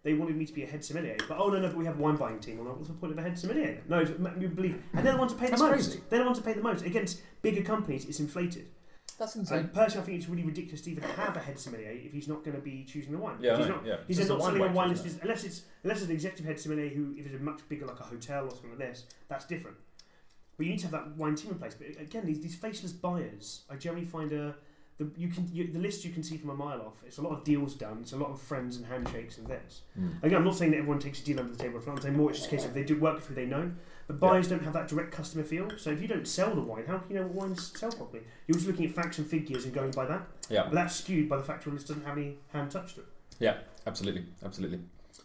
they wanted me to be a head sommelier. But oh no, no, but we have a wine buying team. I'm like, what's the point of a head sommelier? No, it's- m- you believe, and they're the ones who pay the
That's
most.
crazy.
They're the ones who pay the most. Against bigger companies, it's inflated.
That's
And personally, I think it's really ridiculous to even have a head sommelier if he's not going to be choosing the wine.
Yeah,
If he's
I know,
not.
yeah.
He's
It's
not
a wine
selling a
waitress,
wine
isn't
list. Unless it's unless it's an executive head sommelier who, if it's a much bigger like a hotel or something like this, that's different. But you need to have that wine team in place. But again, these, these faceless buyers, I generally find a the you can you, the list you can see from a mile off. It's a lot of deals done. It's a lot of friends and handshakes and this. Again, I'm not saying that everyone takes a deal under the table. I'm saying more it's just a case of they do work with who they know. But buyers don't have that direct customer feel. So if you don't sell the wine, how can you know what wines sell properly? You're just looking at facts and figures and going by that.
Yeah.
But that's skewed by the fact your list doesn't have any hand touch to it.
Yeah, absolutely, absolutely.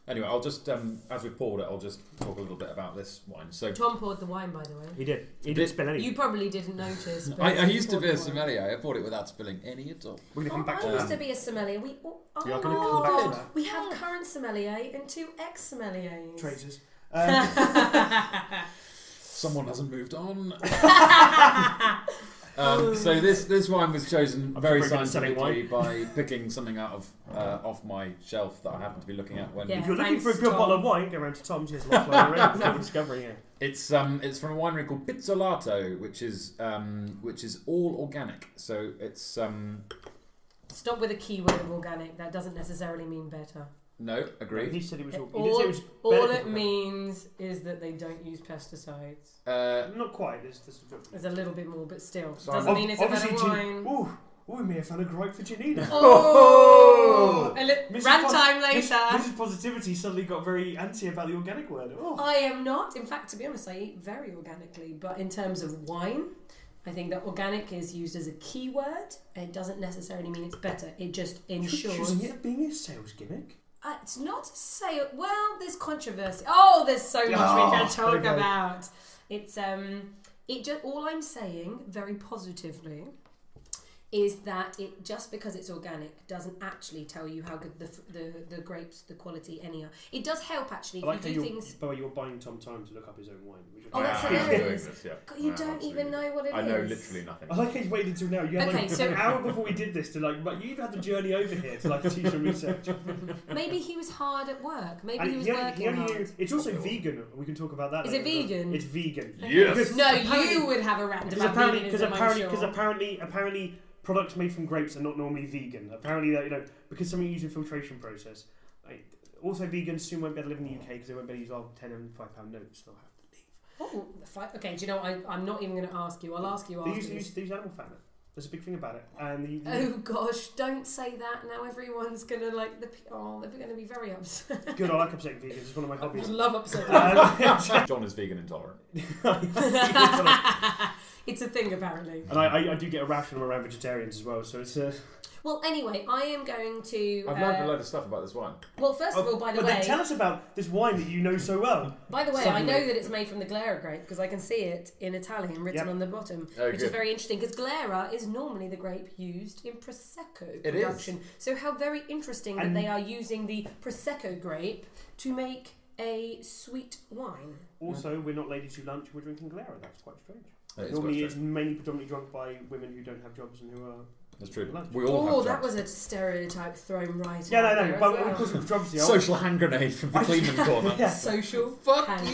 Anyway, I'll just um, as we poured it, I'll just talk a little bit about this wine. So
Tom poured the wine, by the way.
He did. He
did.
did spell any.
You probably didn't notice. but
I, I
he
used to
poured
be a
the wine.
sommelier. I bought it without spilling any at all.
We're going to come
Oh,
back to
I used to
that.
be a sommelier. We oh,
We are gonna
oh,
come back to that.
we have current sommelier and two ex sommeliers.
Traitors. Um,
Someone hasn't moved on. um, so this this wine was chosen
I'm
very
very good at selling
scientifically by picking something out of uh, off my shelf that I happened to be looking at when
Yeah.
if you're looking for a
thanks,
good bottle of
Tom.
wine, go round to Tom's. He has a lot lying around for discovering it.
It's um it's from a winery called Pizzolato, which is um which is all organic. So it's um
Stop with a keyword of organic. That doesn't necessarily mean better.
no agreed.
He said it was all. He did
All,
say it was
all
better
it
than
means is that they don't use pesticides.
Uh,
that. Not quite. There's, there's a bit.
There's a little bit more, but still
So
doesn't
I'm-
mean it's a
Obviously,
better
Gen-
wine.
ooh, ooh, we may have found a gripe for Janina.
Oh, a li-
Mrs.
rant
Pos-
time
Miss-
later.
Mrs. Positivity suddenly got very anti about the organic word. Oh.
I am not. In fact, to be honest, I eat very organically. But in terms of wine, I think that organic is used as a keyword. It doesn't necessarily mean it's better. It just
You're
ensures.
accusing it of being a sales gimmick.
Uh, it's not to say. Well, there's controversy. Oh, there's so much we
Oh,
can talk
there we go.
about. It's um, it just all I'm saying very positively is that it just because it's organic doesn't actually tell you how good the f- the, the grapes, the quality, any are. It does help actually
I
if
like how
you do
you're,
things.
by the way, you're buying Tom time to look up his own wine. Which
Oh,
I
Ah,
find-
that's
Wow, I'm
hilarious.
doing this, yeah.
God, You
Wow,
don't even
absolutely.
Ah, know what it is.
I know literally nothing.
I like how he's waited until now. You had
Okay,
like
so-
an hour before we did this to like, like you even had the journey over here to like teach and research.
Maybe he was hard at work. Maybe
And
he was
he only- he
working
only
hard.
knew- it's also vegan. We can talk about that.
Is it
later.
vegan?
It's vegan.
Yes.
No,
Apparently-
you would have a rant
Because
about
apparently,
veganism,
because
I'm
apparently,
sure.
because apparently, apparently, products made from grapes are not normally vegan. Apparently, that you know, because something used in filtration process. I, also, vegans soon won't be able to live in the UK because they won't be able to use our ten and five pound notes. They'll have to leave.
Oh, fi- okay, do you know what? I, I'm not even going to ask you. I'll ask you
They use,
after
they
this.
use, they use animal fat. in it. There's a big thing about it, and the,
Oh gosh, don't say that. Now everyone's going to like the. pe- Oh, they're going to be very upset.
good. I like upsetting vegans. It's one of my
I
hobbies.
love upset.
Um,
John is vegan intolerant.
it's a thing apparently.
and I, I, I do get a rash when I'm around vegetarians as well. So it's uh,
Well, anyway, I am going to.
I've learned a
Uh,
load of stuff about this wine.
well, first of all, by the
Oh, but then
way,
tell us about this wine that you know so well.
By the way,
Suddenly.
I know that it's made from the Glera grape because I can see it in Italian written
Yep.
on the bottom,
Oh,
which
good.
is very interesting because Glera is normally the grape used in Prosecco
It is.
production. So how very interesting
And-
that they are using the Prosecco grape to make a sweet wine.
Also, we're not ladies who lunch. We're drinking Glera. That's quite strange.
That is
Normally,
quite
it's
true.
mainly predominantly drunk by women who don't have jobs and who are.
That's true.
lunch.
We all
Oh,
have
that
jobs.
was a stereotype thrown right.
Yeah,
out
no,
there
no.
as
But
well.
of course, it was controversy. I-
Social hand grenade from the Cleveland corner.
Yeah.
social.
Fuck
hand.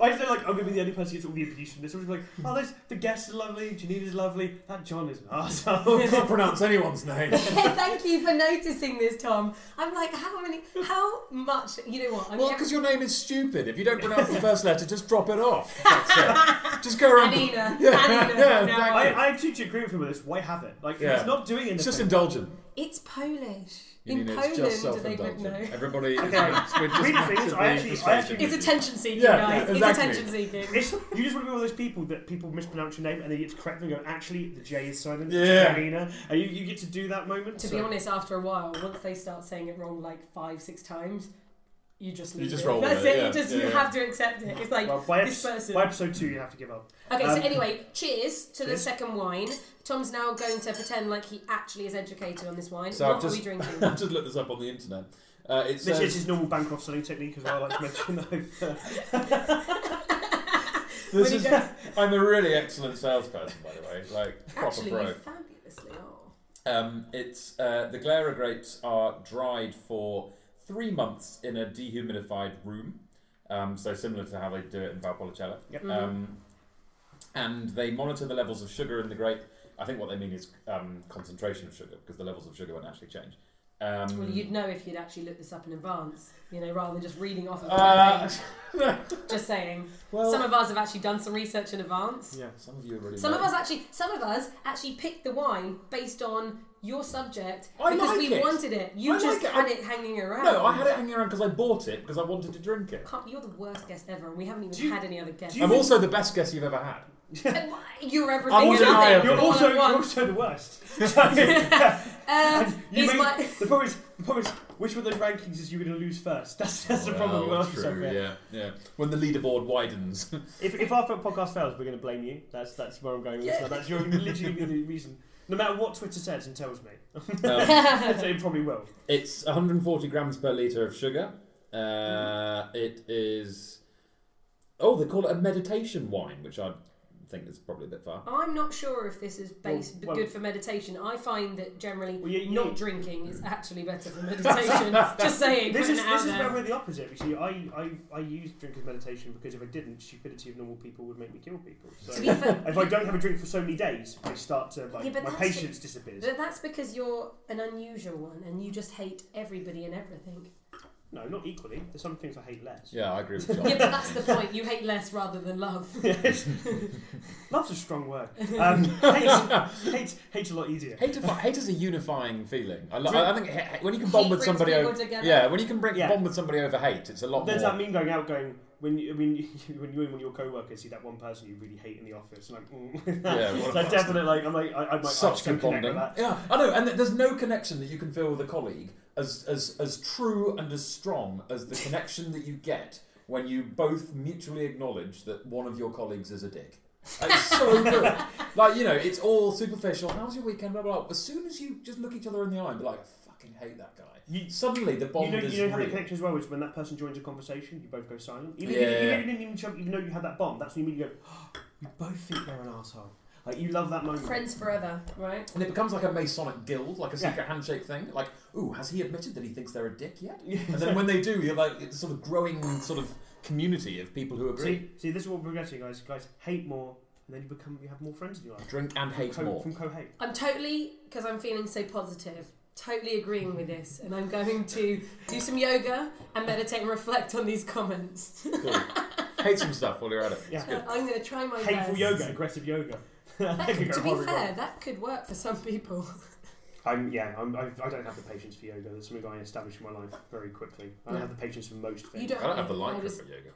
I just feel like I'm gonna be the only person who gets all the abuse from this. I'm just like, oh, this, the guests are lovely, Janina's lovely, that John is an arsehole.
Can't pronounce anyone's name.
Yeah, Thank you for noticing this, Tom. I'm like, how many, how much? You know what? I'm
Well,
never-
because your name is stupid. If you don't pronounce the first letter, just drop it off. That's it. Just go around.
Anina. Anina.
Yeah, yeah,
from now
thank
on.
you.
I, I actually agree with him with this. Why have it? Like,
Yeah.
it's not doing anything.
It's just indulgent.
It's Polish.
You
in
mean
Poland,
it's just
do they would
self-indulgent?
know?
Everybody, is-
Okay.
we're just
Read
massively
things, I actually- I
frustrated.
actually-
It's attention seeking,
Yeah,
guys.
exactly.
It's attention seeking.
It's, you just want to be one of those people that people mispronounce your name and then it's correct and go, actually, the J is silent. it's
Yeah.
Janina. And you, you get to do that moment.
To
so.
be honest, after a while, once they start saying it wrong like five, six times, you just
You
leave
just
it.
roll with
That's
it,
it.
yeah,
You just
yeah,
you
yeah.
have to accept it. It's like
Well, by,
this
episode-
person.
by episode two, you have to give up.
Okay,
Um,
so anyway, cheers to the
cheers.
second wine. Tom's now going to pretend like he actually is educated on this wine.
So
what
I've
are
just-
we drinking?
I've just looked this up on the internet. Uh, it
This is
says,
his normal Bancroft selling technique as well. I like to mention that. I've, uh,
this
When you
is,
go-
I'm a really excellent salesperson, by the way. Like, proper
actually,
pro.
you fabulously are.
Um, it's uh, the Glera grapes are dried for three months in a dehumidified room, um, so similar to how they do it in Valpolicella.
Yep.
Mm-hmm.
Um, and they monitor the levels of sugar in the grape. I think what they mean is um, concentration of sugar because the levels of sugar won't actually change. Um,
Well, you'd know if you'd actually looked this up in advance, you know, rather than just reading off of
Uh,
a page. Just saying.
well,
some of us have actually done some research in advance.
yeah.
some of you are really.
Some of
lame.
us actually, some of us actually picked the wine based on your subject
I
because
like
we
it.
wanted it. You
I
just
like it.
had it hanging around.
No, I had it hanging around because I bought it because I wanted to drink it.
Can't- You're the worst guest ever, and we haven't even
Do you-
had any other guests.
do you
I'm
think-
also the best guest you've ever had.
And You're everything.
I'm also
and nothing,
higher.
all
You're
at
also, you're
once.
also the worst. Yeah.
Uh,
And you
he's
may-
my.
the, problem is, the problem is, which one of those rankings is you going to lose first? That's, that's the problem. you
Well,
ask yourself,
Oh, true,
yeah.
yeah, yeah. When the leaderboard widens.
If, if our podcast fails, we're going to blame you. That's that's where I'm going with this.
Yeah.
That's your literally the only reason. No matter what Twitter says and tells me,
Um,
so it probably will.
It's 140 grams per litre of sugar. Uh, it is. Oh, they call it a meditation wine, which I think is probably a bit far.
I'm not sure if this is based
Well, well-
good for meditation. I find that generally
Well, you- you-
not drinking is actually better for meditation. Just saying,
This
putting
is
it out
this is
there.
where we're the opposite. You see, I I, I use drink as meditation because if I didn't, stupidity of normal people would make me kill people. So
To be fair-
if I don't have a drink for so many days, I start to my,
Yeah, but
my
that's-
patience disappears.
But that's because you're an unusual one and you just hate everybody and everything.
No, not equally. There's some things I hate less.
Yeah, I agree with John.
Yeah, but that's the point. You hate less rather than love.
Yes. Love's a strong word. Um, hate, hate, hate's a lot easier.
Hate, to fi- hate is a unifying feeling. I, lo-
Drink-
I think ha- when you can bond
Hate
with
brings
somebody
people
over,
together.
yeah, when you can bring
Yeah.
bond with somebody over hate, it's a lot
There's
more.
that mean going out going when you, when you, when you and one of your co-workers see that one person you really hate in the office and like mm.
Yeah, what a
so I
bastard.
definitely like I'm like I, I'm like I
Such
so
good
connect
bonding.
with that.
Yeah, I know, and th- there's no connection that you can feel with a colleague as as as true and as strong as the connection that you get when you both mutually acknowledge that one of your colleagues is a dick. It's so good. Like you know, it's all superficial. How's your weekend? Blah blah. blah. As soon as you just look each other in the eye and be like, I fucking hate that guy.
You-
Suddenly the
You
bond
know,
is
you know how the
real.
connection as well is when that person joins a conversation, you both go silent. Even
Yeah,
if you,
yeah,
even
yeah.
if you didn't even jump, even though you had that bond, that's when you mean you go, oh, we both think they're an asshole. Like you love that moment.
Friends forever, right?
and it becomes like a Masonic guild, like a
Yeah.
secret handshake thing. Like, ooh, has he admitted that he thinks they're a dick yet?
Yeah.
And then when they do, you're like, it's sort of growing sort of community of people who agree.
see, see, this is what we're getting, guys. Guys, hate more, and then you become you have more friends in your life.
Drink and hate
Co-
more.
from co-hate.
I'm totally, because I'm feeling so positive, totally agreeing with this. And I'm going to do some yoga and meditate and reflect on these comments.
Cool. Hate some stuff while you're at it.
Yeah.
I'm going to try my
Hateful
best.
yoga, aggressive yoga.
Oh, That-
That
to
could
be
go
fair,
horribly wrong.
that could work for some people.
I'm yeah. I'm, I, I don't have the patience for yoga. That's something I established in my life very quickly. I don't
Yeah.
have the patience for most things.
You don't,
I don't have the
I
lycra
was-
for yoga.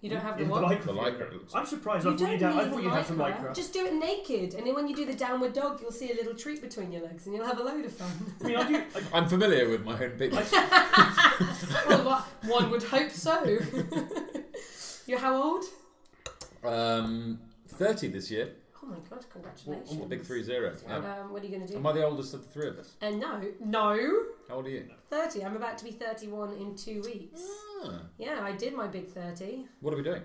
You don't have the
Yeah,
what?
lycra
The
for yoga.
lycra looks-
I'm surprised. I
You
thought
don't
you'd have. I
need
thought you'd have some
lycra.
lycra.
Just do it naked, and then when you do the downward dog, you'll see a little treat between your legs, and you'll have a load of fun.
I mean, I do. I,
I'm familiar with my own people.
well, wha- one would hope so. You're how old?
Um, 30 this year.
Oh my god! Congratulations.
Well,
Big 3 0. Yeah.
Um, what are you going to
Am
do?
I the oldest of the three of us?
And no, no,
How old are you?
thirty. I'm about to be thirty-one in two weeks.
Ah,
Yeah, I did my big thirty.
what are we doing?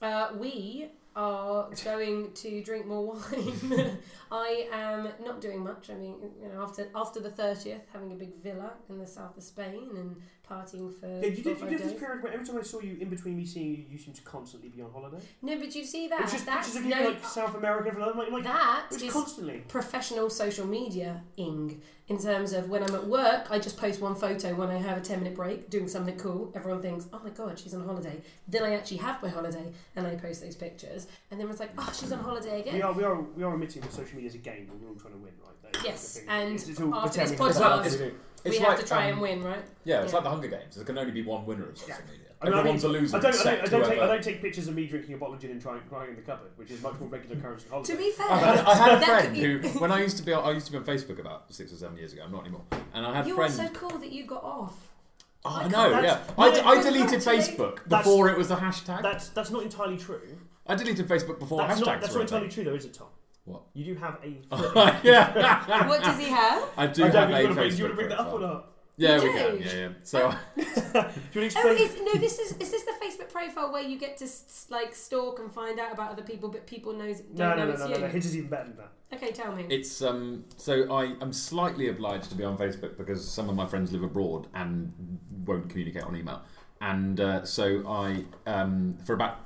Uh, we are going to drink more wine. I am not doing much. I mean, you know, after after the thirtieth, having a big villa in the south of Spain and partying for
yeah,
four or
you did. You
five
did
days.
this period where every time I saw you, in between me seeing you, you seemed to constantly be on holiday.
No, but you see that
It's just
that's
pictures of you
no,
like South America for like, like
that
it's
is
constantly.
professional social media ing in terms of when I'm at work, I just post one photo when I have a 10 minute break doing something cool. Everyone thinks, oh my god, she's on holiday. Then I actually have my holiday and I post those pictures. And then it's like, oh, she's on holiday
We
again.
are, we are, we are admitting that social media is a game, and we're all trying to win, right? That is
Yes,
the thing.
and
It's- it's all
after this
pretending it's
podcast-
nothing to do.
We
It's
have
like,
to try
um,
and win, right?
Yeah, it's
Yeah.
like the Hunger Games. There can only be one winner of social
Yeah.
media.
I mean, I
Everyone's a loser.
I don't, I don't,
except
I don't, take, I
whoever-
don't take pictures of me drinking a bottle of gin and trying, crying in the cupboard, which is much more regular occurrence on holiday.
To be fair,
I had, I had a
that
friend
could
who,
be-
when I used to be, on- I used to be on Facebook about six or seven years ago. I'm not anymore, and I had a
you
friend.
were so cool that you got off.
Oh, I
I
know,
can't-
yeah.
that's-
I,
no,
I
no,
deleted
actually,
Facebook
that's-
before it was the hashtag.
That's that's not entirely true.
I deleted Facebook before
that's
hashtags
not that's
were
not
a thing.
entirely true though, is it, Tom?
What?
You do have a.
yeah,
What does he have?
I do
I
have
don't think
a
you wanna bring-
Facebook.
Do you want to bring that up or
profile.
not?
Yeah,
You
we can.
do?
Yeah, yeah. So
Do you want to
Oh,
explain?
is, no, this is is this the Facebook profile where you get to s- like stalk and find out about other people, but people knows don't
no,
know
no, no,
it's
no,
you.
no, no. His is even better than that.
Okay, tell me.
it's um. So I am slightly obliged to be on Facebook because some of my friends live abroad and won't communicate on email. And uh, so I um for about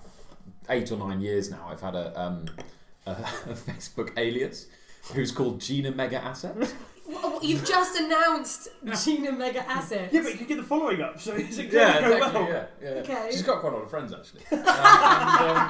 eight or nine years now I've had a um a, a Facebook alias who's called Gina Mega Assets.
Wha- wha- You've just announced Gina Mega Assets.
Yeah, but you could get the following up, so it's going to go
exactly,
well.
yeah, yeah.
Okay.
She's got quite a lot of friends actually. Um, and,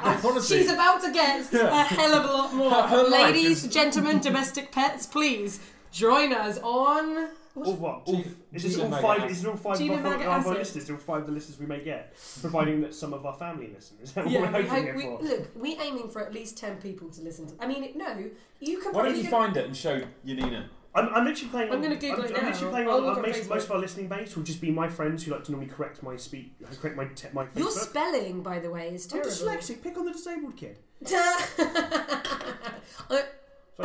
um, honestly,
She's about to get a hell of a lot more.
Her- her life
Ladies,
is-
gentlemen, domestic pets, please join us on.
Or what?
Gina-
All, is this
Gina
all
Mega
five?
Ass-
Is it all five
Gina
of our,
Mega
of our
Asset.
listeners? All five of the listeners we may get, providing that some of our family listen. Is that what
Yeah,
we're
we
hoping
hope
here
we,
for?
look, we're aiming for at least 10 people to listen to. I mean, no, you can
why don't
you
you
can-
find it and show Yanina?
I'm, I'm literally playing.
I'm
on-
gonna Google
I'm,
it
I'm
now.
literally playing
I'll
on,
look
on
on
most,
Facebook.
most of our listening base will just be my friends who like to normally correct my speak, correct my te- my Facebook.
Your spelling, by the way, is
I'm
terrible.
dyslexic. Pick on the disabled kid.
I-
It's like,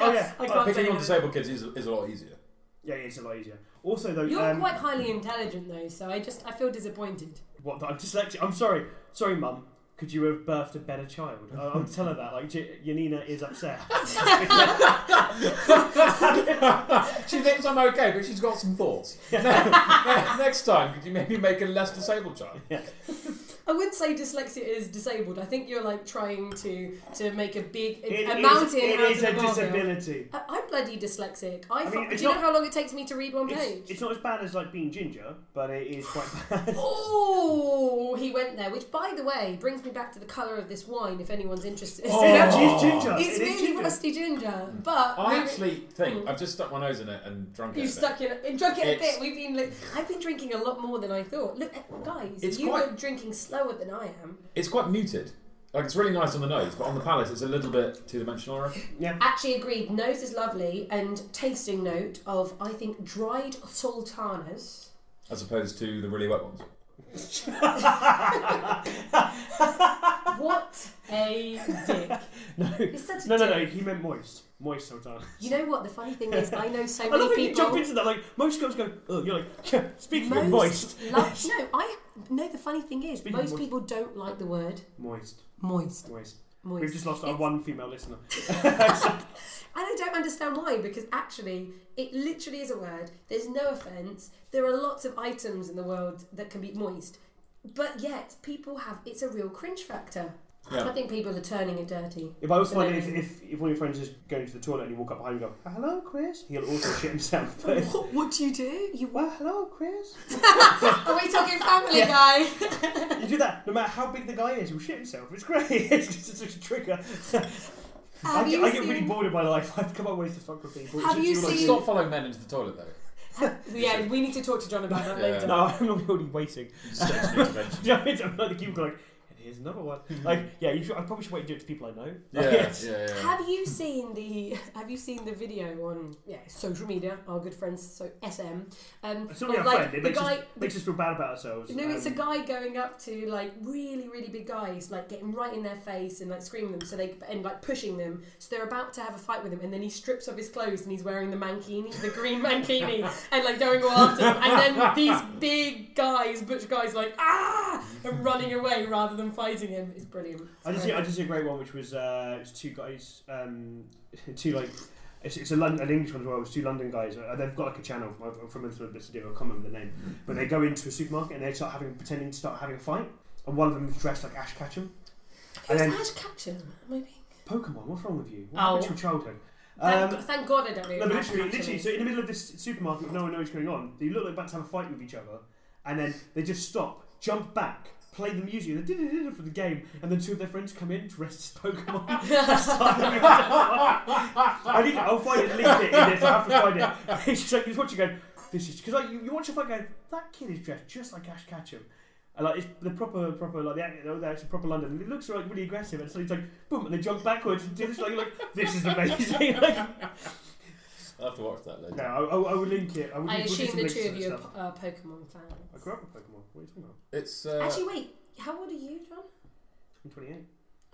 oh yeah,
I
oh,
can't-
Picking on disabled kids is, is a lot easier.
yeah, yeah, it's a lot easier. Also though,
You're
um,
quite highly intelligent, though, so I just I feel disappointed.
what? that I'm dyslexic. I'm sorry, sorry, mum. Could you have birthed a better child? I, I'll tell her that. Like, J- Janina is upset.
She thinks I'm okay, but she's got some thoughts. Next time, could you maybe make a less disabled child?
I wouldn't say dyslexia is disabled. I think you're like trying to to make a big
It
a
is-
mountain
It
out
is
of
a
a molehill.
disability.
I- I'm bloody dyslexic. I,
mean,
fu-
it's
do you know
not-
how long it takes me to read one page?
It's, it's not as bad as like being ginger, but it is quite bad.
Oh, he went there. Which, by the way, brings me back to the colour of this wine. If anyone's interested,
It actually is ginger.
it's
It is
really
ginger.
rusty ginger. But
I
we-
actually think I've just stuck my nose in it and drunk it.
You've
a bit.
Mm. stuck in it. Drunk it a
It's-
bit. We've been. Li- I've been drinking a lot more than I thought. Look, eh, guys,
It's
you
quite-
are drinking slower than I am.
It's quite muted. Like it's really nice on the nose, but on the palate, it's a little bit two-dimensional. I reckon.
Actually, agreed. Nose is lovely, and tasting note of I think dried sultanas.
As opposed to the really wet ones.
What a dick!
No.
It's such a
No, no,
dick.
no. He meant moist, moist sultana.
You know what? The funny thing is, I know so
I love
many
how you jump
people.
into that. Like most girls go, oh, you're like, yeah, speaking of moist,
Most love, no, I no. The funny thing is,
Speaking of
most
moist-
people don't like the word
moist,
moist.
moist. We've
Moist.
just lost our
It's-
one female listener.
And I don't understand why, because actually, it literally is a word. There's no offence. There are lots of items in the world that can be moist. But yet, people have, it's a real cringe factor. I
Yeah.
think people are turning it dirty.
If I was
Hello.
find if, if if one of your friends is going to the toilet and you walk up behind him and go, hello, Chris, he'll also shit himself. But
What would you do? You
well, hello, Chris.
Are we talking family guy?
You do that, no matter how big the guy is, he'll shit himself. It's great. it's just it's just a trigger. I
Have
get,
you
I get really
seen-
bored in my life. I've come up with ways to fuck with people.
Have
It's
you
just all I
seen-
do.
Stop following men into the toilet, though.
Yeah, we need to talk to John about that
Yeah.
later.
No, I'm not really waiting.
Just an intervention.
Do you know what I mean? I'm like the cubicle, like, and here's another one. Like, yeah, you should, I probably should wait and do it to people I know.
Mm-hmm. Yeah,
Like,
yeah,
yes.
yeah. yeah.
Have you seen the Have you seen the video on yeah social media? Our good friends, so SM. Um,
It's not
of,
really our
like
friend. It
the
makes,
guy,
us, makes us feel bad about ourselves.
No, it's a
Um,
guy going up to like really, really big guys, like getting right in their face and like screaming them, so they and like pushing them. So they're about to have a fight with him, and then he strips off his clothes and he's wearing the mankini, the green mankini, and like going all after them. And then these big guys, butch guys, like ah, and running away rather than fighting him. It's brilliant. It's
I just, see,
great.
I just see a great one, which was uh, it's two guys, um, two like. It's, it's a London, an English one as well. It's two London guys. Uh, they've got like a channel from- from a sort of video. I can't remember the name,
Mm.
but they go into a supermarket and they start having pretending to start having a fight. And one of them is dressed like Ash Ketchum.
Who's
and
Ash Ketchum? Maybe.
Pokemon. What's wrong with you? What
Oh.
happened to your childhood?
Thank, thank God I don't know.
Um, No,
who
but
Ash
literally,
Ketchum
literally,
is.
so in the middle of this supermarket with no one knows what's going on, they look like about to have a fight with each other, and then they just stop, jump back, play the music, and then for the game, and then two of their friends come in dressed as Pokemon. and start having a fight. I need, I'll find it, link it in this, I have to find it. It's just like, he's watching going, this is, because like, you, you watch a fight going, that kid is dressed just like Ash Ketchum. And like it's the proper, proper like the act- oh, that's proper London. And it looks like really aggressive, and so he's like, boom, and they jump backwards and do this. Like, you're like this is amazing. like,
I'll have to watch that later.
No, I, I, I would link it. I, would
I
link- we'll do
assume
some
the
links
two
to
of
that
you are
stuff.
po- uh, Pokemon fans.
I grew up with Pokemon. What are you talking about?
It's uh,
Actually, wait. How old are you, John?
I'm 28.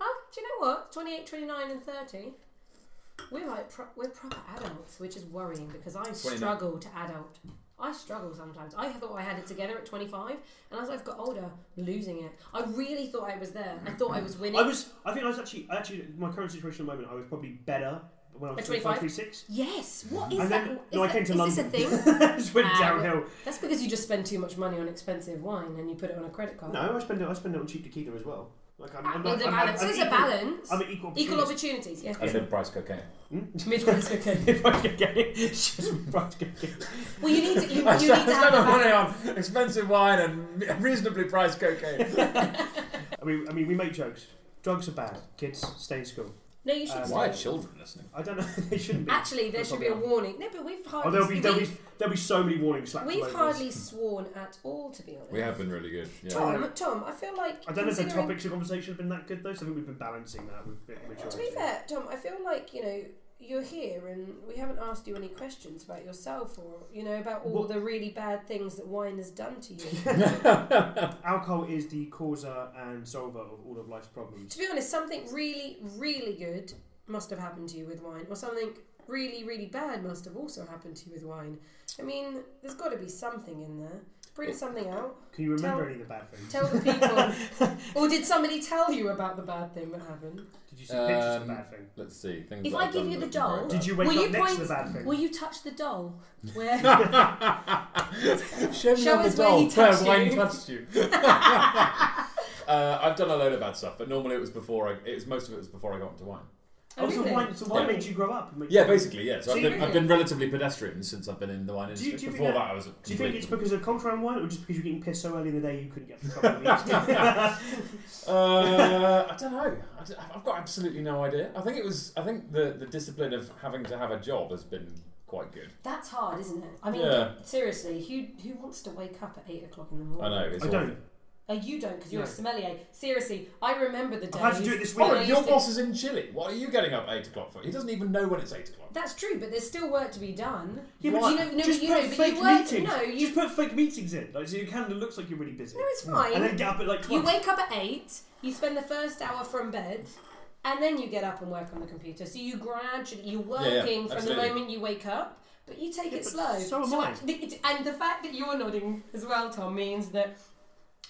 Oh, do you know what? 28, 29, and 30. We're like pro- we're proper adults, which is worrying because I
29.
struggle to adult. I struggle sometimes. I thought I had it together at 25, and as I've got older, losing it. I really thought I was there. I thought I was winning.
I was. I think I was actually. Actually, my current situation at the moment, I was probably better when I was
At 25?
25, 26.
yes. What is
And
that?
then-
is
no, I
that-
came to
is this a
London.
thing?
just went
Ah,
downhill.
That's because you just spend too much money on expensive wine and you put it on a credit card.
No, I spend it. I spend it on cheap tequila as well. Like I'm,
Ah,
I'm,
there's
not-
a
I'm,
balance.
I'm
There's
equal,
a balance.
I'm an equal.
Equal
opportunist.
opportunities. Yes.
I should price cocaine.
Midwife's okay.
If I could get it, just if I could get it.
Well, you need to. You, you
I
need to
spent
have a
my money
balance.
on expensive wine and reasonably priced cocaine.
I mean, I mean, we make jokes. Drugs are bad. Kids stay in school.
No, you should.
Um,
Why are children listening?
I don't know. They shouldn't be.
Actually, there
That's
should be
what
a
we are.
warning. No, but we've hardly.
Oh, there'll be there'll be
we've,
there'll be so many warning slaps. all
we've
over us.
hardly sworn at all, to be honest.
We have been really good. Yeah.
Tom, Tom, I feel like.
I don't know if the
considering-
topics of conversation have been that good though. So I think we've been balancing that with with
To
maturity.
be fair, Tom, I feel like you know you're here, and we haven't asked you any questions about yourself, or you know about all
What-
the really bad things that wine has done to you.
Alcohol is the causer and solver of all of life's problems.
to be honest, something really, really good must have happened to you with wine, or something really, really bad must have also happened to you with wine. I mean, there's got to be something in there. Bring something out.
Can you remember
Tell-
any of the bad things?
Tell the people. or did somebody tell you about the bad thing that happened?
Did you see pictures of
Um,
the bad thing?
Let's see. Things
If
that
I
I've
give
done
you the
that have been
doll-
very
Did you wake
Will
up
you
next to
point-
the bad thing?
Will you touch the doll? Where
bad. Show me
Show
on the
us where he
doll
touched
where wine
you.
touched you. uh, I've done a load of bad stuff, but normally it was before I. It was most of it was before I got into wine.
Oh,
Oh, so
really?
wine, so wine
Yeah.
made you grow up. and made
Yeah,
you-
basically, yeah. So I've
Do you
been,
think-
I've been relatively pedestrian since I've been in the wine
Do
industry.
you- do you think
Before
that-
that, I was. A
Do you think
complete-
it's because of culture and wine, or just because you're getting pissed so early in the day you couldn't get up for a couple of weeks?
uh, I don't know. I d- I've got absolutely no idea. I think it was. I think the the discipline of having to have a job has been quite good.
That's hard, isn't it? I mean,
Yeah.
seriously, who who wants to wake up at eight o'clock in the morning?
I know. It's
I
awful.
don't.
Oh, you don't because you're a
No.
sommelier. Seriously, I remember the days.
I've had to do it this
when
week.
I
Oh, your
used to-
boss is in Chile. What are you getting up at eight o'clock for? He doesn't even know when it's eight o'clock.
That's true, but there's still work to be done.
Yeah, but
you
just-
know, no,
just
you
put
know, but
fake
you work.
meetings.
No,
Just
you.
put fake meetings in, like so your calendar looks like you're really busy.
No, it's fine.
and then get up at like
You
twelve.
wake up at eight. You spend the first hour from bed, and then you get up and work on the computer. So you gradually you're
yeah,
working from the
absolutely.
moment you wake up, but you take
Yeah,
it
but
slow.
so am I.
act- the- it- and the fact that you're nodding as well, Tom, means that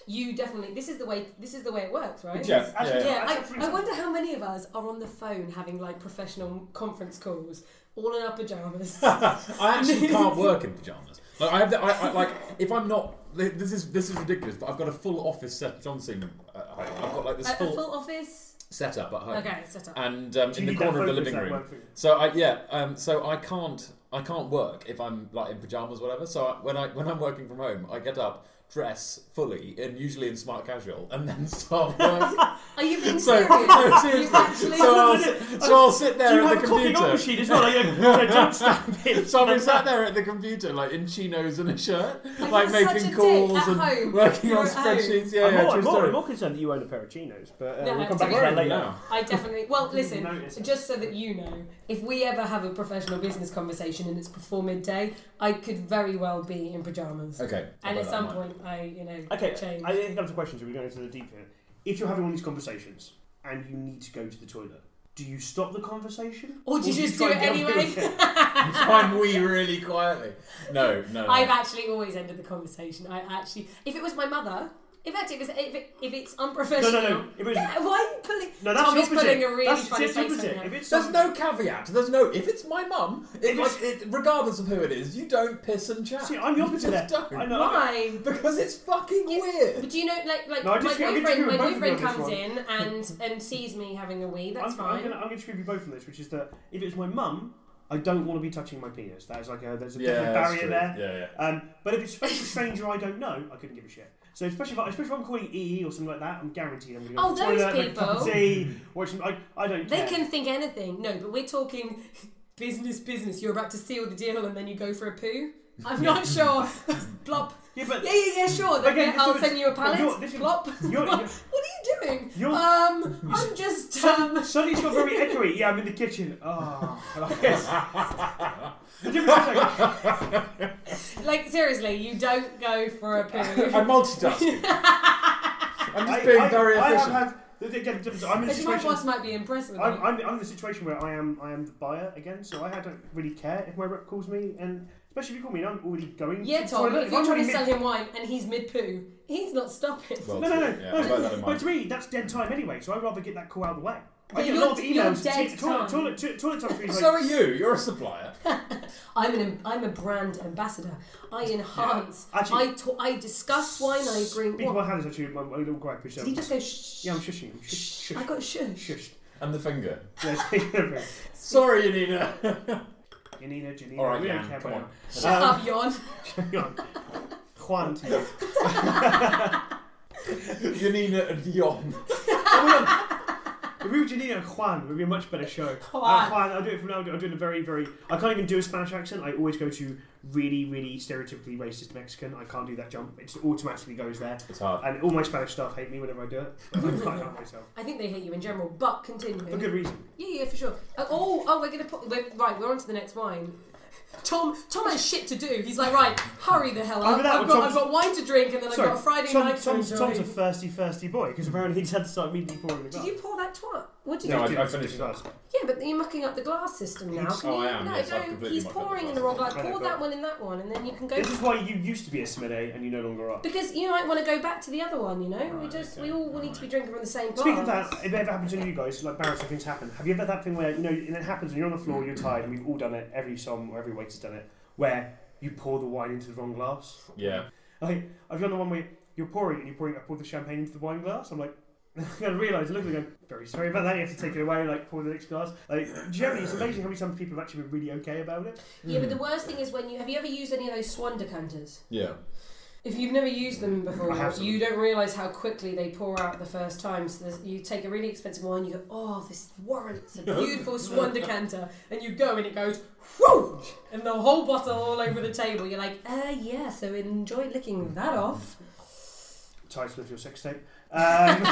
you definitely this is the way this is the way it works, right?
Yeah.
Yes, actually,
Yeah,
that's absolutely
I, I
fine.
wonder how many of us are on the phone having like professional conference calls, all in our pajamas. I
I actually can't work in pajamas. Like I have, the, I, I like if I'm not. th- This is this is ridiculous. But I've got a full office set. John seen them. uh, at home. I've got like this
a
full
full office.
setup at home.
Okay, set up.
And um,
Do
in the
you need that
corner of the
focus,
living
that
room.
work for you?
So I yeah. Um, so I can't I can't work if I'm like in pajamas whatever. So I, when I when I'm working from home, I get up, dress fully, and usually in smart casual, and then start work.
Are you being
So,
serious?
no,
You
seriously.
actually-
So I'll, s- so I'll sit
Do
there
you
at
have
the
a copying on
computer.
machine as well? Like, yeah, don't stop it.
So I'm sat there at the computer, like in chinos and a shirt,
Like,
like
you're such a
making
dick
calls
at
and
home.
working
You're
on
at home.
spreadsheets. Yeah,
I'm,
yeah,
more,
true
I'm, more,
story.
I'm more concerned that you own a pair of chinos, but uh,
No,
we'll come
I'm
back to
sorry.
that later.
Now.
I definitely. Well, listen.
Notice it.
Just so that you know, if we ever have a professional business conversation and it's before midday, I could very well be in pajamas.
Okay.
And
I'll bear
at
that
some
in mind.
point, I you know
Okay,
change.
I think that's a question. So we're going to the deep here. If you're having one of these conversations and you need to go to the toilet, do you stop the conversation,
or do you just do
try
it
and get away
anyway?
with it?
I'm wee really quietly. No, no. no.
I've actually always ended the conversation. I actually, if it was my mother, if actually it was, if, it, if it's
No,
unprofessional.
no, no. If it's,
Yeah, why are you pulling?
no, that's
Tom is
the opposite.
putting a really
that's
funny
just
face
opposite.
right now.
If it's
There's no caveat. There's no. If it's my mum, it,
If it's-
like, it, regardless of who it is, you don't piss and chat.
See, I'm the
You
opposite
just
there.
don't.
I know.
Why?
Because it's fucking
Yeah,
weird.
But do you know, like, like
No, I
my
disagree- I
boyfriend,
disagree with
my
both of you
boyfriend
on
comes
this
in and and sees me having a wee. That's
I'm,
fine.
I'm going to I'm gonna screw you both on this, which is that if it's my mum, I don't want to be touching my penis. That is like a there's a definite
that's
barrier
true.
there.
Yeah, yeah.
Um, but if it's a face of a stranger I don't know, I couldn't give a shit. So especially if, I, especially if I'm calling EE or something like that, I'm guaranteed I'm going to go
Oh,
to the
those
toilet, make a cup of
people.
tea, watch some, I, I don't
They
care.
can think anything. No, but we're talking business, business. You're about to seal the deal and then you go for a poo. I'm not sure. Plop.
Yeah, but
Yeah, yeah, yeah, sure.
Okay,
Okay,
this
I'll
was-
send you a
you're-
pallet.
this is-
Plop.
you're,
what,
you're,
what are you doing?
you're,
um, I'm just.
Suddenly,
Um,
suddenly it's got very echoey. Yeah, I'm in the kitchen. Oh, like this. The difference is like,
like seriously, you don't go for a poo.
I'm multitasking. I'm just
I-
being
I-
very
I have
efficient.
had- the- the- again, the difference- I'm in a
Actually, my
situation.
boss might be impressed with
I'm,
me.
I'm, I'm in the situation where I am I am the buyer again, so I don't really care if my rep calls me, and especially if you call me, and I'm already going.
Yeah,
to the
Tom. If
toilet, I'm
you're trying to
already
sell him wine and he's mid poo, he's not stopping.
Well,
No, no, no.
true. Yeah, I'll bear that in
mid-
mind.
But to me, that's dead time anyway, so I'd rather get that call out of the way. I
Yeah,
get a
you're-
lot of
you're
emails.
dead
to- Toilet,
time.
toilet, toilet, toilet time. Like,
So are you. You're a supplier.
I'm an I'm a brand ambassador. I enhance.
Actually-
I ta- I discuss wine. I bring.
Speaking of
What?
my hands, actually, my, my little gripe is.
Did
Um,
he just go? Shh.
yeah, I'm shushing. I'm shush,
I
shush,
got shush.
shushed.
And the finger.
Yeah,
Sorry, Anina.
Janina, Janina.
All right,
we
yeah,
don't care
come
about
on.
Shut
Um,
up, Yon.
John. Juan to you.
Yanina and Yon.
If we were Janina and Juan, it would be a much better show. Uh,
Juan.
Juan, I'll do it from now. I'm doing a very, very. I can't even do a Spanish accent. I always go to really, really stereotypically racist Mexican. I can't do that jump. It just automatically goes there.
It's hard.
And all my Spanish staff hate me whenever I do it. But I can't help myself.
I think they hate you in general, but
For
continue.
good reason.
Yeah, yeah, for sure. Uh, oh, oh, we're gonna put. We're, right, we're on to the next wine. Tom, Tom has shit to do. He's like, right, hurry the hell up.
Either that or
I've got,
Tom's-
I've got wine to drink, and then
Sorry,
I've got a Friday
Tom,
night to
Tom's,
enjoy.
Tom's a thirsty, thirsty boy because apparently he's had to start immediately pouring the
Did
glass.
you pour that twat? What did
No,
you?
I-
He
I
did,
finished
he does.
Yeah, but you're mucking up the glass system now. Can
Oh,
you?
I am,
No,
yes, I've
don't.
completely
He's
mucked up the
pouring in
glass
the wrong glass.
system.
Pour that one in that one, and then you can go.
This is why you used to be a sommelier and you no longer are.
Because you might want to go back to the other one. You know, we
Right,
just
okay,
we all need to be drinking from the same glass.
Speaking of that, if it ever happens to you guys, like barracks and things happen, have you ever had that thing where, you know, and it happens when you're on the floor, you're tired, and we've all done it, every som or every waiter's done it, where you pour the wine into the wrong glass?
Yeah.
Like, I've done the one where you're pouring and you're pouring, I poured the champagne into the wine glass, I'm like, I realise, I look at them, very sorry about that, you have to take it away, like, pour the next glass. Like, generally, it's amazing how many times people have actually been really okay about it.
Yeah,
Hmm.
but the worst thing is when you have you ever used any of those swan decanters?
Yeah.
If you've never used them before,
I have
you don't realise how quickly they pour out the first time. So there's- you take a really expensive wine, you go, oh, this warrants a beautiful swan decanter, and you go and it goes, whoo, and the whole bottle all over the table. You're like, uh, yeah, so enjoy licking that off.
Title of your sex tape. Um,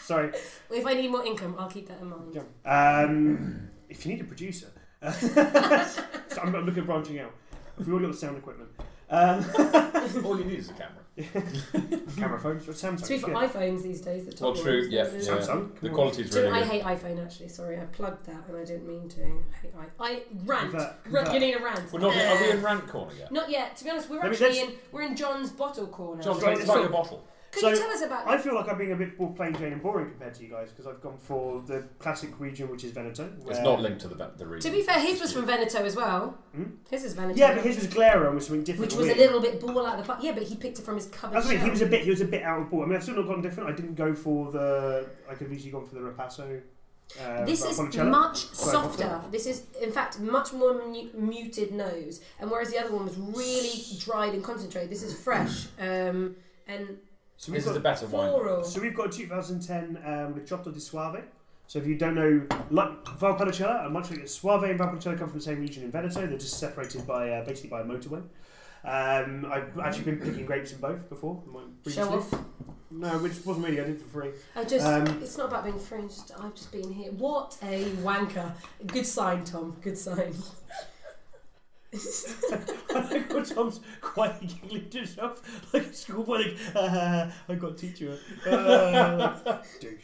sorry.
If I need more income, I'll keep that in mind.
Um, if you need a producer, So I'm, I'm looking at branching out. We've already got the sound equipment. Um,
All you need is a camera.
camera phones, or Samsung.
It's good for
yeah.
iPhones these days. The top
Well, true,
ones,
yeah,
there's-
yeah.
Samsung.
The
come on.
quality's
Do you
really
know, I
good.
hate iPhone actually. Sorry, I plugged that and I didn't mean to. I hate iPhone. I rant.
Convert,
Ra-
convert.
you need a rant. Uh,
We're not, are we in rant corner yet?
Not yet. To be honest, we're
Let me-
actually
let's-
in we're in John's bottle corner.
John,
Right,
tell us
it's
about
not-
your bottle.
Could
So,
you tell us about?
I feel like I'm being a bit more plain Jane and boring compared to you guys because I've gone for the classic region, which is Veneto.
It's
where-
not linked to the, ba- the region.
to be fair, his was from Veneto as well.
Hmm?
His is Veneto.
Yeah, but his was Glera and was something different.
which was a
weird.
little bit ball out of the park. Yeah, but he picked it from his cupboard.
That's what I mean. He
shelf.
was a bit. He was a bit out of ball. I mean, I've still not gone different. I didn't go for the. I could have easily gone for the Rapasso. Uh,
This
but
is
Monticello.
much
Sorry,
softer.
Monticello.
This is, in fact, much more mu- muted nose. And whereas the other one was really dried and concentrated, this is fresh um, and
So we've
This
got
is a better wine.
floral.
So we've got 2010 um, Ricciotto di Suave. So if you don't know, like Valpolicella and much like Suave and Valpolicella come from the same region in Veneto. They're just separated by uh, basically by a motorway. Um, I've actually been picking grapes in both before. my-
Show
previously.
off.
No, which wasn't really. I did for free.
I just,
Um,
it's not about being fringe, just- I've just been here. What a wanker. Good sign, Tom. Good sign.
Well, Tom's quietly giggling to himself like a schoolboy. Like, uh, I got teacher. Uh, douche.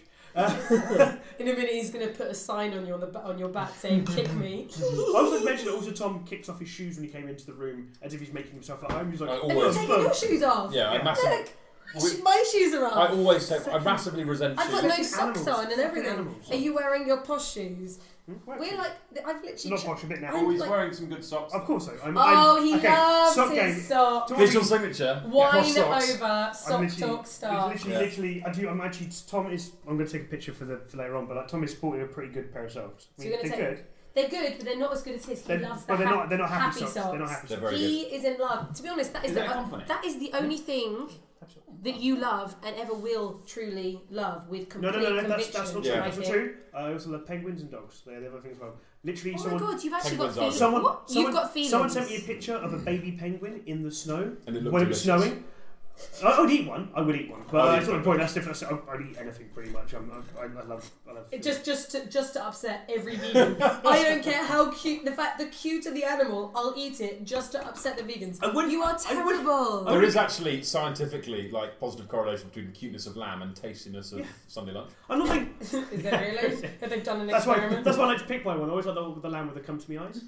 In a minute, he's going to put a sign on you on, the, ba- on your back saying, kick me.
I also mentioned that also Tom kicks off his shoes when he came into the room as if he's making himself at home. He's like,
I
Have you
always,
taken your shoes off?
yeah, I
Yeah.
massively,
Look, sh- my shoes are
I
off.
always take, I massively resent
I've got
shoes.
no socks
Animals.
on and everything.
Animals.
Are you wearing your posh shoes?
Hmm?
We're like, I've literally.
not
ch-
posh a bit now.
I'm
Oh, he's
like-
wearing some good socks.
Of course, I- I'm.
oh,
I'm,
he
okay,
loves
sock game.
his socks.
Do I-
Visual signature.
Wine
Cross socks.
over,
I'm
sock
literally-
talk star.
Literally,
Yeah.
literally, I do. I'm actually. Tom is. I'm going to take a picture for the for later on, but like Tom is sporting a pretty good pair of socks. I
So
mean,
you're gonna
they're
take-
good.
They're good, but they're not as good as his. He
They're,
loves the
but they're
ha-
not. They're not happy,
happy
socks. They're not happy
They're
socks.
very
He is in love. To be honest, that is,
Is
the,
that a compliment?
that is the only thing
Absolutely.
that you love and ever will truly love with
No,
complete
no, no, no. That's,
conviction.
that's not true.
Yeah.
That's
Like
not
it.
true. Uh, I also love penguins and dogs. They're the other things as well. Literally,
Oh my
someone.
god, you've actually got
Penguins are-
feelings.
Someone,
What?
someone,
you've got feelings.
someone sent me a picture of a baby penguin in the snow
And it looked
when it was
delicious. Oh,
snowing. I, I would eat one. I would eat one, but
I'd
I
eat
thought the point that's different. So I- I'd eat anything pretty much. I'm, I, I love. I love
It just, just, to, just to upset every vegan. I don't care how cute. The fact, the cuter the animal, I'll eat it just to upset the vegans.
I wouldn't-
you are
I wouldn't-
terrible.
There is actually scientifically like positive correlation between cuteness of lamb and tastiness of
Yeah.
Sunday lunch.
I'm not like
is that really? That they've done an
that's why.
experiment.
That's why I like to pick my one. I always like the, the lamb with the come to me eyes.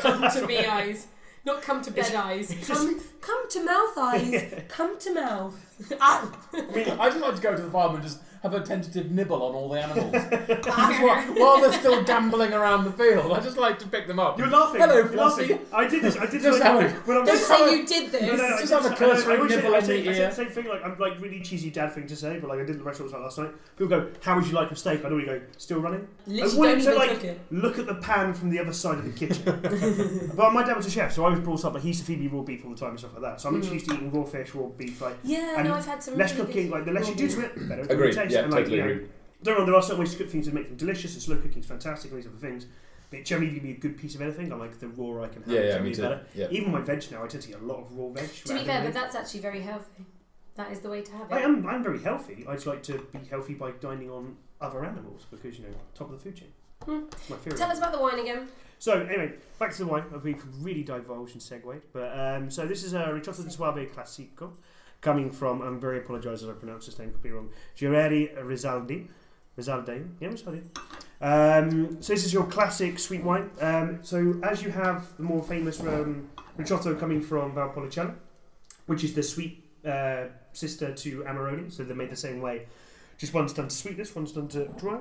come to me eyes, not come to bed eyes. Come, come to mouth eyes. Come to mouth. Ah.
I mean, I just like to go to the farm and just have a tentative nibble on all the animals. Just while, while they're still gambling around the field, I just like to pick them up.
You're laughing.
Hello,
You're
Flossie.
laughing. I did this. I did
Just
this.
have
When,
it.
when I was
Don't
have
say you did this.
No, no, I
Just
did
have a
this-
cursory
I, I, always say-
nibble
I
on
say-
the
I said
ear.
the same thing. Like I'm like really cheesy dad thing to say, but like I did the restaurants like last night. People go, "How would you like a steak?" I'd always go, "Still running."
Literally
I
don't
wouldn't say
even
like
cook it.
look at the pan from the other side of the kitchen. but my dad was a chef, so I was brought up like he used to feed me raw beef all the time and stuff like that. So
Hmm.
I'm introduced to eating raw fish, raw beef, like
Yeah,
and
no, I've had some
less
really
cooking.
good
Like the less
raw
you do
beef.
to it, better it
Agreed.
tastes.
Yeah,
and, like,
totally
you know,
agree.
Don't get me wrong, there are certain ways to cook things to make them delicious, and slow cooking is fantastic. and These other things. But generally, if you give me a good piece of anything, I like the raw I can have.
Yeah,
it's
yeah,
really
me too.
better.
Yeah.
Even my veg now, I tend to eat a lot of raw veg.
To be
rather
fair,
than-
but that's actually very healthy. That is the way to have
I
it.
am. I'm very healthy. I just like to be healthy by dining on other animals because you know, top of the food chain.
Hmm.
My theory.
Tell us about the wine again.
So anyway, back to the wine. We've really divulged and segued, but um, so this is a Ritratto di Suave Classico, coming from. I'm very apologise if I pronounce this name completely wrong. Gerardi Risaldi, Risaldi, yeah, Risaldi. Um, so this is your classic sweet wine. Um, so as you have the more famous um, Ritratto coming from Valpolicella, which is the sweet uh, sister to Amarone, so they're made the same way. Just one's done to sweetness, one's done to dry.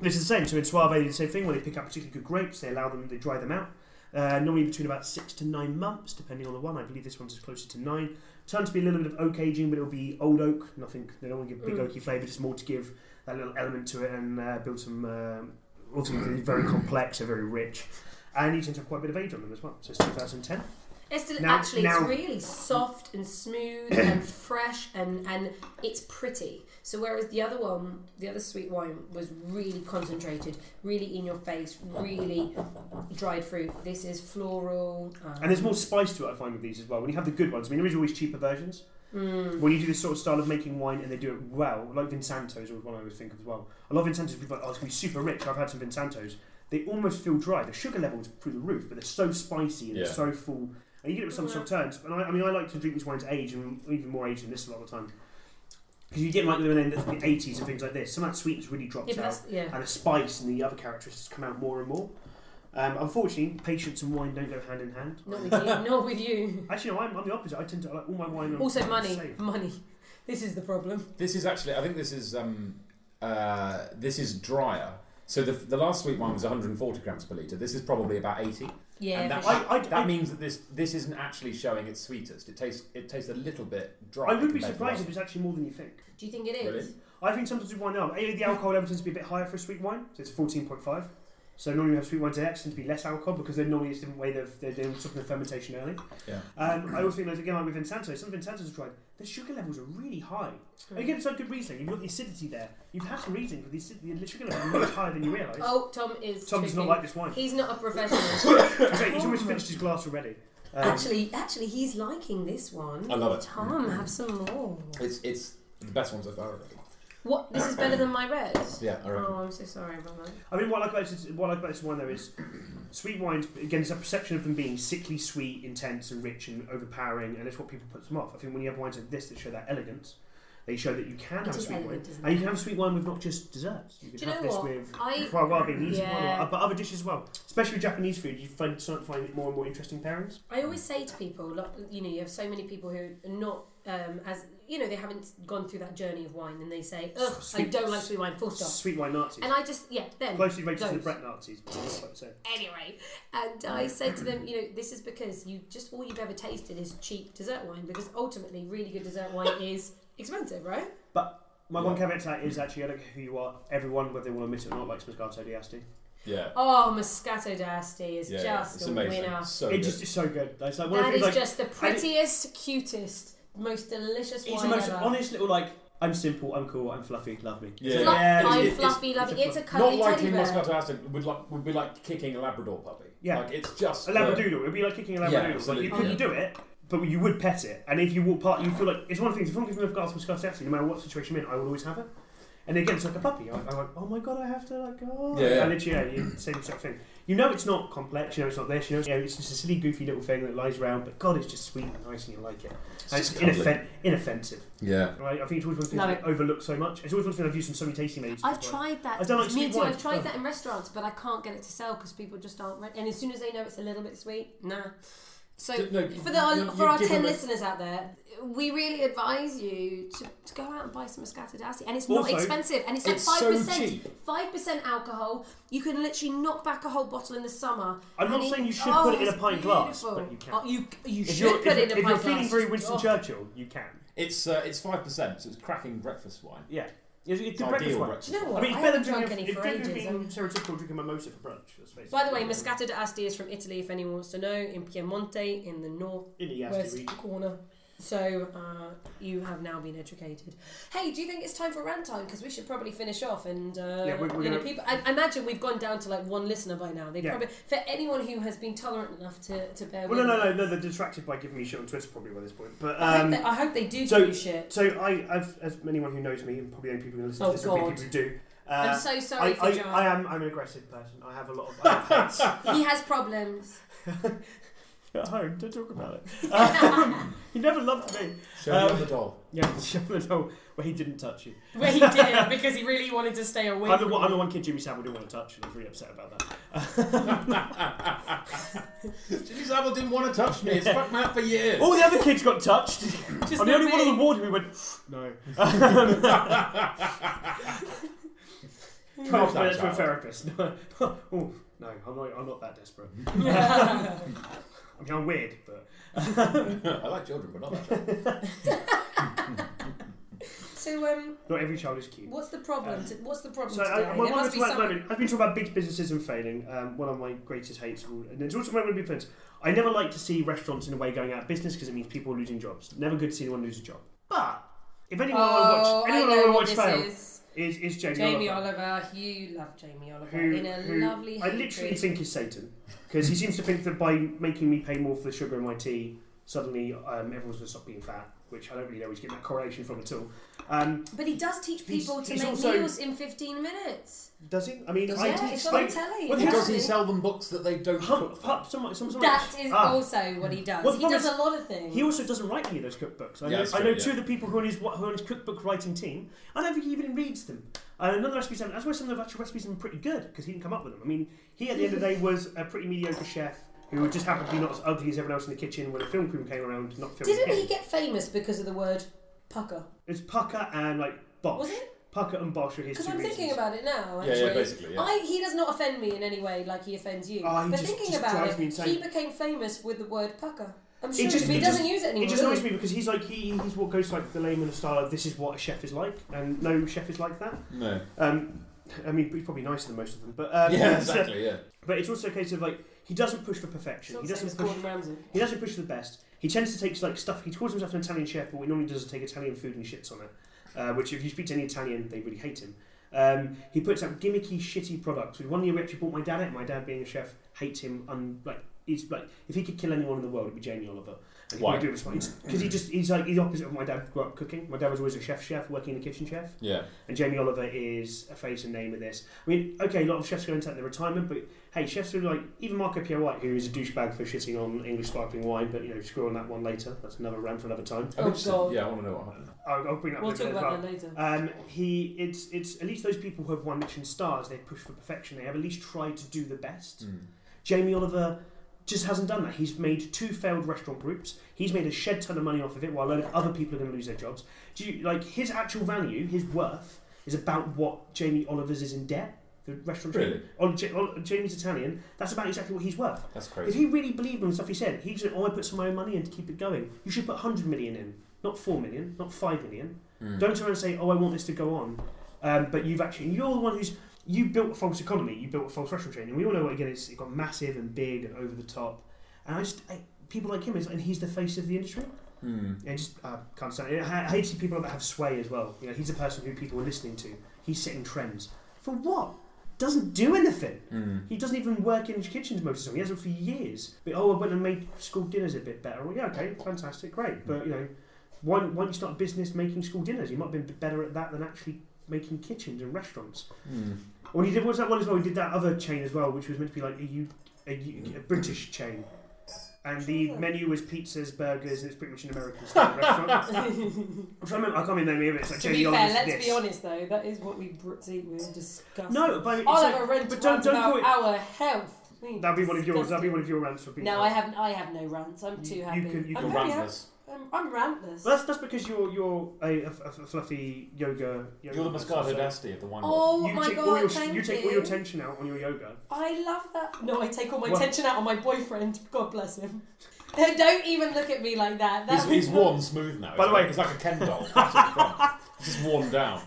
This is the same. So in Suave, they do the same thing. When they pick up particularly good grapes, they allow them, they dry them out. Uh, normally between about six to nine months, depending on the one. I believe this one's closer to nine. Turns to be a little bit of oak aging, but it'll be old oak. Nothing. They don't want to give big
Mm.
oaky flavour, just more to give that little element to it and uh, build some. Um, ultimately, very complex, they're very rich, and you tend to have quite a bit of age on them as well. So it's 2010.
It's del-
Now-
actually
now-
it's really soft and smooth and fresh and and it's pretty. So whereas the other one, the other sweet wine was really concentrated, really in your face, really dried fruit. This is floral. Um,
And there's more spice to it, I find, with these as well. When you have the good ones, I mean, there is always cheaper versions.
Mm.
When you do this sort of style of making wine and they do it well, like Vinsantos is one I always think of as well. A lot of Vinsantos people are like, oh, it's going to be super rich. I've had some Vinsantos. They almost feel dry. The sugar level is through the roof, but they're so spicy and
Yeah.
they're so full. And you get it with some sort of turns. And I, I mean, I like to drink these wines aged and even more aged than this a lot of the time. Because you get like them in the 80s and things like this. Some of that sweetness really drops
yeah, but
out
that's, yeah.
and the spice and the other characteristics come out more and more. Um, unfortunately, patience and wine don't go hand in hand.
Not with you. Not with you.
Actually, no, I'm, I'm the opposite. I tend to I like all my wine. on-
Also, money.
save.
Money. This is the problem.
This is actually, I think this is um, uh, this is drier. So the, the last sweet wine was 140 grams per litre. This is probably about 80.
Yeah.
and that,
for sure.
I- I-
that
I-
means that this this isn't actually showing its sweetest. It tastes it tastes a little bit dry.
I would be
compared to
surprised
last
if it's actually more than you think.
Do you think it
Really?
is?
I think sometimes with wine now, A, the alcohol level tends to be a bit higher for a sweet wine, so it's 14.5. So normally we have sweet wines that tend to be less alcohol because they're normally it's a different way they've, they're doing something of fermentation early.
Yeah.
Um, I also think, like, again, like with Vinsanto, some Vinsantos I've tried, the sugar levels are really high.
Hmm.
And Again, it's like good Riesling. You've got the acidity there. You've had some Riesling, but the, acid- the sugar level is much higher than you realise.
Oh, Tom is.
Tom's not
tweaking.
like this wine.
He's not a professional.
In fact, he's almost finished his glass already. Um,
actually, actually, he's liking this one.
I love it.
Tom, have some more.
It's it's the best ones I've had. already.
What? This is better than my red.
Yeah, I reckon.
Oh, I'm so sorry about that.
I mean, what I like about this, what I like about this wine though is sweet wines. Again, it's a perception of them being sickly sweet, intense, and rich, and overpowering, and it's what people puts them off. I think when you have wines like this that show that elegance, they show that you can
It
have
is
sweet
elegant,
wine,
isn't
and you can have sweet wine with not just desserts. You can
Do you
have
know
this
what?
with
I-
quite well being easy,
Yeah.
but other dishes as well. Especially with Japanese food, you find start to find it more and more interesting pairings.
I always say to people, like, you know, you have so many people who are not um, as you know they haven't gone through that journey of wine, and they say, "Ugh, I
Sweet-
don't like sweet wine." Full stop.
Sweet wine Nazis,
And I just, yeah, then
closely related to the
those.
Brett Nazis. but that's what I'm saying.
anyway, and I said to them, you know, this is because you just all you've ever tasted is cheap dessert wine, because ultimately, really good dessert wine is expensive, right?
But my one
Yeah.
caveat to that is actually I don't care who you are. Everyone, whether they want to admit it or not, likes Moscato d'Asti.
Yeah,
Oh, Moscato d'Asti is
yeah, yeah.
just
it's
a
amazing.
winner.
So
it
good.
just is so good. It's like one of
That
the
is
things, like,
just the prettiest, cutest most delicious
It's the
wine
most
ever.
honest little like. I'm simple. I'm cool. I'm fluffy. Love me.
Yeah.
Fluff-
Yeah,
I'm
it's-
fluffy,
it's-
loving.
it's
It's,
a
a
Not
cuddly
like
teddy
in
bear.
Moscato Acid would like would be like kicking a Labrador puppy.
Yeah.
like it's just
A
the-
labradoodle. It'd be like kicking a
Yeah,
labradoodle. like
absolutely,
you couldn't
yeah.
do it, but you would pet it. And if you walk past, you feel like it's one of the things. If I'm giving a glass of Scotch Taxi, no matter what situation I'm in, I will always have it. And again, it's like a puppy. I, I'm like, oh my god, I have to like, oh.
Yeah, yeah.
And literally, yeah, you, same sort of thing. You know it's not complex. You know it's not this. You know it's, yeah, it's just a silly, goofy little thing that lies around. But God, it's just sweet and nice, and you like it.
It's
And
just
it's
cuddly.
inoffen- inoffensive.
Yeah.
Right? I think it's always one of the
Love
things
it.
I overlook so much. It's always one of the things I've used in so many tasting menus.
I've tried that.
I don't like
Me
sweet
too.
wine.
I've tried
Oh.
that in restaurants, but I can't get it to sell because people just aren't. Re- and as soon as they know it's a little bit sweet, nah. So
D- no,
for
you-
the
you
for our
give
ten
them a-
listeners out there, we really advise you to, to go out and buy some Moscato d'Asti, and it's
Also,
not expensive, and it's like
It's so
five percent,
cheap.
five percent alcohol. You can literally knock back a whole bottle in the summer.
I'm not
and
saying you should
oh,
put it in a
it's
pint glass,
beautiful.
but you can.
Oh, you you
If
should
you're,
put
if,
it in a
if
pint
you're feeling
glass.
very Winston
Oh.
Churchill, you can.
It's uh, it's five percent, so it's cracking breakfast wine.
Yeah. It's, it's
It's
a breakfast
ideal
one.
breakfast.
Do you know
wine.
what?
I mean, it's
I
better than
haven't drunk any
drinking,
for
it's better
ages.
than being
and-
stereotypical drinking mimosa for brunch. Let's face it.
By the way, Moscato d'Asti is from Italy. If anyone wants to know, in Piemonte, in the north
in the Yasti
west
region.
corner. So uh, you have now been educated. Hey, do you think it's time for rant time? Because we should probably finish off. And uh,
Yeah, we- we're
you know,
gonna-
people, I, I imagine we've gone down to like one listener by now. They
Yeah.
probably for anyone who has been tolerant enough to, to bear
Well, no,
with.
no,
me.
no, no. They're distracted by giving me shit on Twitter probably by this point. But
I, hope
um,
they, I hope they do
so-
give you shit.
so I, I've, as anyone who knows me, and probably only people who listen
Oh,
to this, will be
God.
people who do. Uh,
I'm so sorry
I,
for John.
I, I am. I'm an aggressive person. I have a lot of. I have hates.
he has problems.
At home, don't talk about it. Um, you never loved me.
Show me
Um,
the doll.
Yeah, no, well, he didn't touch you.
Where he did because he really wanted to stay away.
I'm the,
from
one,
you.
I'm the one kid Jimmy Savile didn't want to touch, and I was really upset about that.
Jimmy Savile didn't want to touch me. It's fucked me up for years.
Oh,
All the other kids got touched.
Just
I'm the only
not
one on the
me.
ward who went, no.
Calm
Can't
down,
went to a
child.
therapist. No. oh, no, I'm not, I'm not that desperate. I mean, I'm weird, but.
I like children, but not that child.
So um,
Not every child is cute.
what's the problem? to, what's the problem
So,
today?
I, I, well,
there
one
must
of
be
the at the
something.
moment, I've been talking about big businesses and failing. Um, one of my greatest hates, will- and it's also my really big friends. I never like to see restaurants in a way going out of business because it means people are losing jobs. Never good to see anyone lose a job. But if anyone
Oh,
I
I
want to watch, anyone I,
know
want
what
to
this
watch fail,
is.
is is Jamie,
Jamie
Oliver,
Oliver, you love Jamie Oliver
who,
in a
who
lovely.
I literally
hatred.
think is Satan because he seems to think that by making me pay more for the sugar in my tea, suddenly um, everyone's going to stop being fat, which I don't really know where he's getting that correlation from at all. Um,
But he does teach
He's-
people to
he's
make
also-
meals in 15 minutes.
does he? I mean,
Does
I
yeah,
teach
it's on
like-
telly.
Well,
He
does
Does
does
he
it.
sell them books that they don't cook?
Hump, hump, someone, someone, someone
That is
Ah.
also what he does.
What's
he
the
does a
problem
lot of things.
He also doesn't write any of those cookbooks. I
Yeah,
know,
that's
I
true,
know
yeah.
two of the people who are, on his, who are on his cookbook writing team. I don't think he even reads them. And another recipe, um, that's why some of the actual recipes are pretty good because he didn't come up with them. I mean, he at the end of the day was a pretty mediocre chef who just happened to be not as ugly as everyone else in the kitchen when a film crew came around not filming
Didn't
him.
he get famous because of the word pucker?
It was Pucker and like Bosch.
Was it?
Pucker and Bosch were his Oh,
Because
two
I'm thinking
reasons.
about it now.
Yeah,
Actually.
yeah, basically, yeah.
I, he does not offend me in any way like he offends you.
Ah, he
but
just-
thinking
just
about
drives
it,
me insane.
he became famous with the word pucker. I'm sure,
just-
but he
it
doesn't use it anymore.
It just
does he?
annoys me because he's like he, he's what goes to like the layman of style of this is what a chef is like and no chef is like that.
No.
Um, I mean he's probably nicer than most of them, but um,
Yeah,
so-
exactly. Yeah.
But it's also a case of like he doesn't push for perfection.
It's
He
not the same
doesn't
as Gordon
push.
Ramsay.
He doesn't push for the best. He tends to take like stuff. He calls himself an Italian chef, but what he normally does is take Italian food and shits on it. Uh, which, if you speak to any Italian, they really hate him. Um, he puts out gimmicky, shitty products. We- One year we actually bought my dad it. My dad, being a chef, hates him. Un- like he's like, if he could kill anyone in the world, it'd be Jamie Oliver. And he
Why?
probably do response because he just he's like he's opposite of my dad. Grew up cooking. My dad was always a chef, chef working in the kitchen, chef.
Yeah.
Oh,
And Jamie Oliver is a face and name of this. I mean, okay, a lot of chefs go into their retirement, but hey, chefs who like even Marco Pierre White, who is a douchebag for shitting on English sparkling wine, but you know, screw on that one later. That's another rant for another time.
Oh, God.
Yeah, I want to know what happened.
I'll, I'll bring that.
We'll
up
talk
in a
about
minute
that later.
as well. Um, he, it's, it's at least those people who have won Michelin stars. They push for perfection. They have at least tried to do the best.
Hmm.
Jamie Oliver just hasn't done that. He's made two failed restaurant groups. He's made a shed ton of money off of it, while a load of other people are going to lose their jobs. Do you like his actual value, his worth, is about what Jamie Oliver's is in debt. The restaurant chain-
Really?
Ol- Ja- Ol- Jamie's Italian. That's about exactly what he's worth.
That's
If
crazy.
he really believed in the stuff he said, he said, "Oh, I put some of my own money in to keep it going." You should put hundred million in, not four million, not five million.
Hmm.
Mm.
Don't turn around and say, "Oh, I want this to go on," um, but you've actually and you're the one who's you built a false economy, you built a false restaurant chain, and we all know again it's it got massive and big and over the top, and I just I, people like him is and he's the face of the industry.
Hmm.
Yeah, just uh, can't stand it. I I hate to see people that have sway as well. You know, he's a person who people are listening to. He's setting trends for what? Doesn't do anything.
Hmm.
He doesn't even work in his kitchens most of the time. He hasn't for years. But oh, I went and made school dinners a bit better. Well, yeah, okay, fantastic, great. But you know, why, why don't you start a business making school dinners? You might have been better at that than actually making kitchens and restaurants.
Hmm.
When he did what's that one as well? He did that other chain as well, which was meant to be like a, U, a, U, a British chain. And the menu was pizzas, burgers, and it's pretty much an American style restaurant. I'm trying to remember, I can't remember the name of it. It's like
to
Jenny
be fair,
Oliver's
let's
this.
be honest though, that is what we Brits eat. We're disgusting.
No, but it's
I'll
like-
have a rant
but don't-
rant
don't
about
call it-
our health. We
That'd be one of yours. That'd be
disgusting.
one of your rants for being.
No,
hurt.
I have I have no rants. I'm too
You- you
happy.
can- you
I'm
can
very
rant
ha-
this.
I'm, I'm rantless.
Well, that's, that's because you're you're a, a, f- a fluffy yoga. yoga
You're the
person,
Moscato
so
Dasti of the wine world.
oh
you
my
take
god!
all your,
thank
you take all your tension out on your yoga.
I love that. No, I take all my
Well-
tension out on my boyfriend. God bless him. Don't even look at me like that. that
He's,
was
he's
not-
worn smooth now.
By the way-
he's like a Ken doll. That's what he's from. He's just worn down.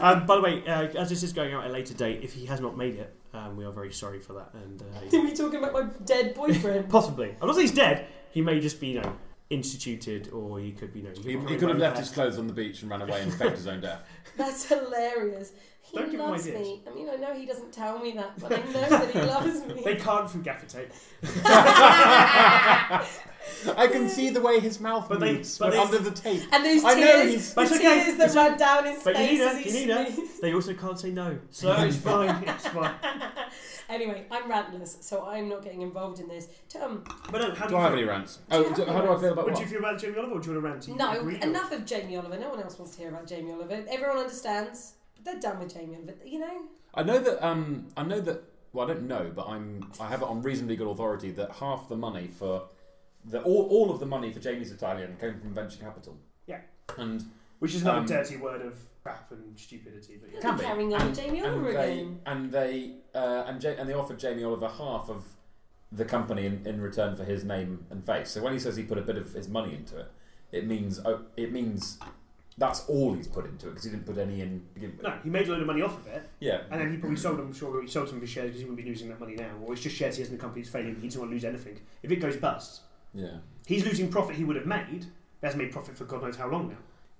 um, by the way, uh, as this is going out at a later date, if he has not made it, um, we are very sorry for that. And uh,
Did we talking about my dead boyfriend?
possibly, I'm not saying he's dead. He may just be, you know, instituted, or he could be, you know,
He, he could have left his clothes on the beach and ran away and faked his own death.
That's hilarious. He
Don't give him
loves
ideas.
me. I mean, I know he doesn't tell me that, but I know that he loves me.
They can't through gaffer tape.
I can see the way his mouth
But they-
moves
but they-
under the tape.
and those
I know
tears,
he's-
the
But it's okay.
tears that
It's
ran down his
But you
face
need
as
her.
he
You need her.
sneezed.
They also can't say no, so it's fine. It's fine.
Anyway, I'm rantless, so I'm not getting involved in this. Tom,
But no, how
Do I have
do
any
you?
rants?
Do you
Oh,
have
do,
any
how do I
rants?
feel about
What
what?
do you feel about Jamie Oliver? Or do you want to rant?
no,
Agree or-
enough of Jamie Oliver. No one else wants to hear about Jamie Oliver. Everyone understands. But they're done with Jamie Oliver. You know,
I know that. Um, I know that. Well, I don't know, but I'm. I have it on reasonably good authority that half the money for the all, all of the money for Jamie's Italian came from venture capital.
Yeah.
And
Which is another
Um,
dirty word of crap and stupidity. But yeah.
They're
be.
carrying on with Jamie
and
Oliver
they
again.
and they uh, and, ja- and they offered Jamie Oliver half of the company in, in return for his name and face. So when he says he put a bit of his money into it, it means oh, it means that's all he's put into it because he didn't put any in. to begin with.
No, he made a load of money off of it,
Yeah.
and then he probably sold them. Sure, he sold some of his shares because he wouldn't be losing that money now. Or it's just shares he has in the company that's failing. He doesn't want to lose anything. If it goes bust,
Yeah.
he's losing profit he would have made. He hasn't made profit for God knows how long now.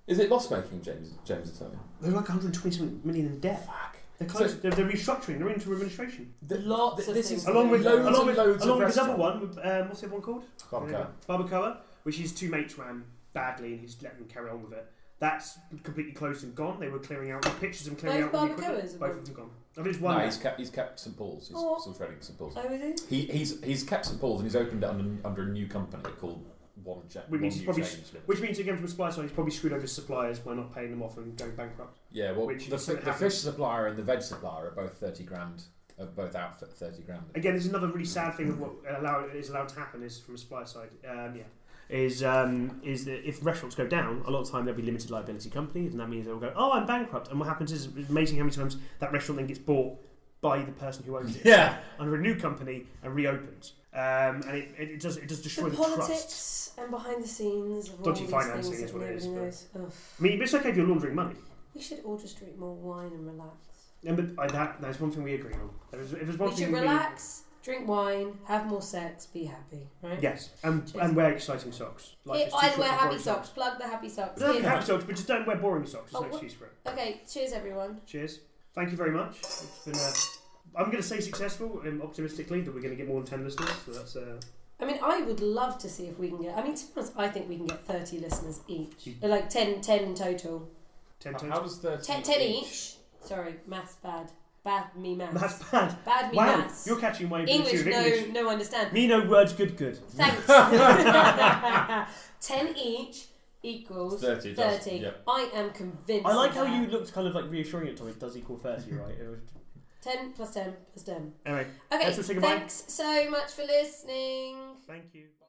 Is it loss making, James? James Italian.
They're like 120 something million in debt.
Fuck.
They're, close, they're, they're restructuring. They're into administration.
The,
Lots
th-
of
this
things
is
to
Along with
Loads
loads
along
and
with,
loads
along
of
with his other
restaurant-
one, with, um, what's the other one called?
Barbecue.
Barbacoa, which his two mates ran badly, and he's let them carry on with it. That's completely closed and gone. They were clearing out the pictures and clearing
Both
out all the equipment.
Barbacoas are
Both
gone.
of them gone. I mean, it's one.
No,
now.
he's kept. He's kept St Paul's. He's
Oh.
still trading St Paul's.
Oh, is he?
He, he's he's kept St Paul's and he's opened it under, under a new company called One Jet.
Which
One
means
New
he's probably-
Change Limited.
Which means, again, from a supplier side, he's probably screwed over his suppliers by not paying them off and going bankrupt.
Yeah, well,
which
the,
is
fi-
what
the
happened.
fish supplier and the veg supplier are both thirty grand. Are both out for thirty grand.
Again, this is another really sad thing of what allow, is allowed to happen is from a supplier side. Um, yeah. Is um, is that if restaurants go down, a lot of time there'll be limited liability companies, and that means they'll go, oh, I'm bankrupt. And what happens is it's amazing how many times that restaurant then gets bought by the person who owns it
Yeah.
under a new company and reopens, um, and it, it, it does it does destroy
The
the, trust.
politics and behind the scenes of all
Dodgy
these
financing
things
is
that
what it is,
nobody
but-
knows. Ugh.
I mean, it's okay if you're laundering money.
We should all just drink more wine and relax.
Yeah, but I, that that's one thing we agree on. There is, if there's one
we
thing
should
we-
relax, drink wine, have more sex, be happy, right?
Yes, and,
Cheers.
and wear exciting socks.
Yeah,
it's too
I'd
short
wear
for
happy
boring
socks. Plug the happy socks.
Don't
Here.
have socks, but just don't wear boring socks. There's
Oh,
no
what-
excuse for it.
Okay, cheers everyone.
Cheers. Thank you very much. It's been. Uh, I'm going to say successful, um, optimistically, that we're going to get more than ten listeners. So that's uh,
I mean, I would love to see if we can get. I mean, to be honest, I think we can get 30 listeners each.
You-
Like 10, 10 in total.
ten
How-
times.
How does thirty?
10, 10 each. Sorry, maths bad. Bad me maths.
That's bad.
Bad me
wow,
maths.
you're catching my ability
English,
of English.
no, no understand.
Me no words, good, good.
Thanks. 10 each equals 30.
Thirty. does- Yeah.
I am convinced.
I like
of
how
that.
you looked kind of like reassuring it, Tommy. It does equal thirty, right? It was-
10 plus 10 plus 10.
anyway,
Okay,
Let's all say goodbye.
thanks so much for listening.
thank you.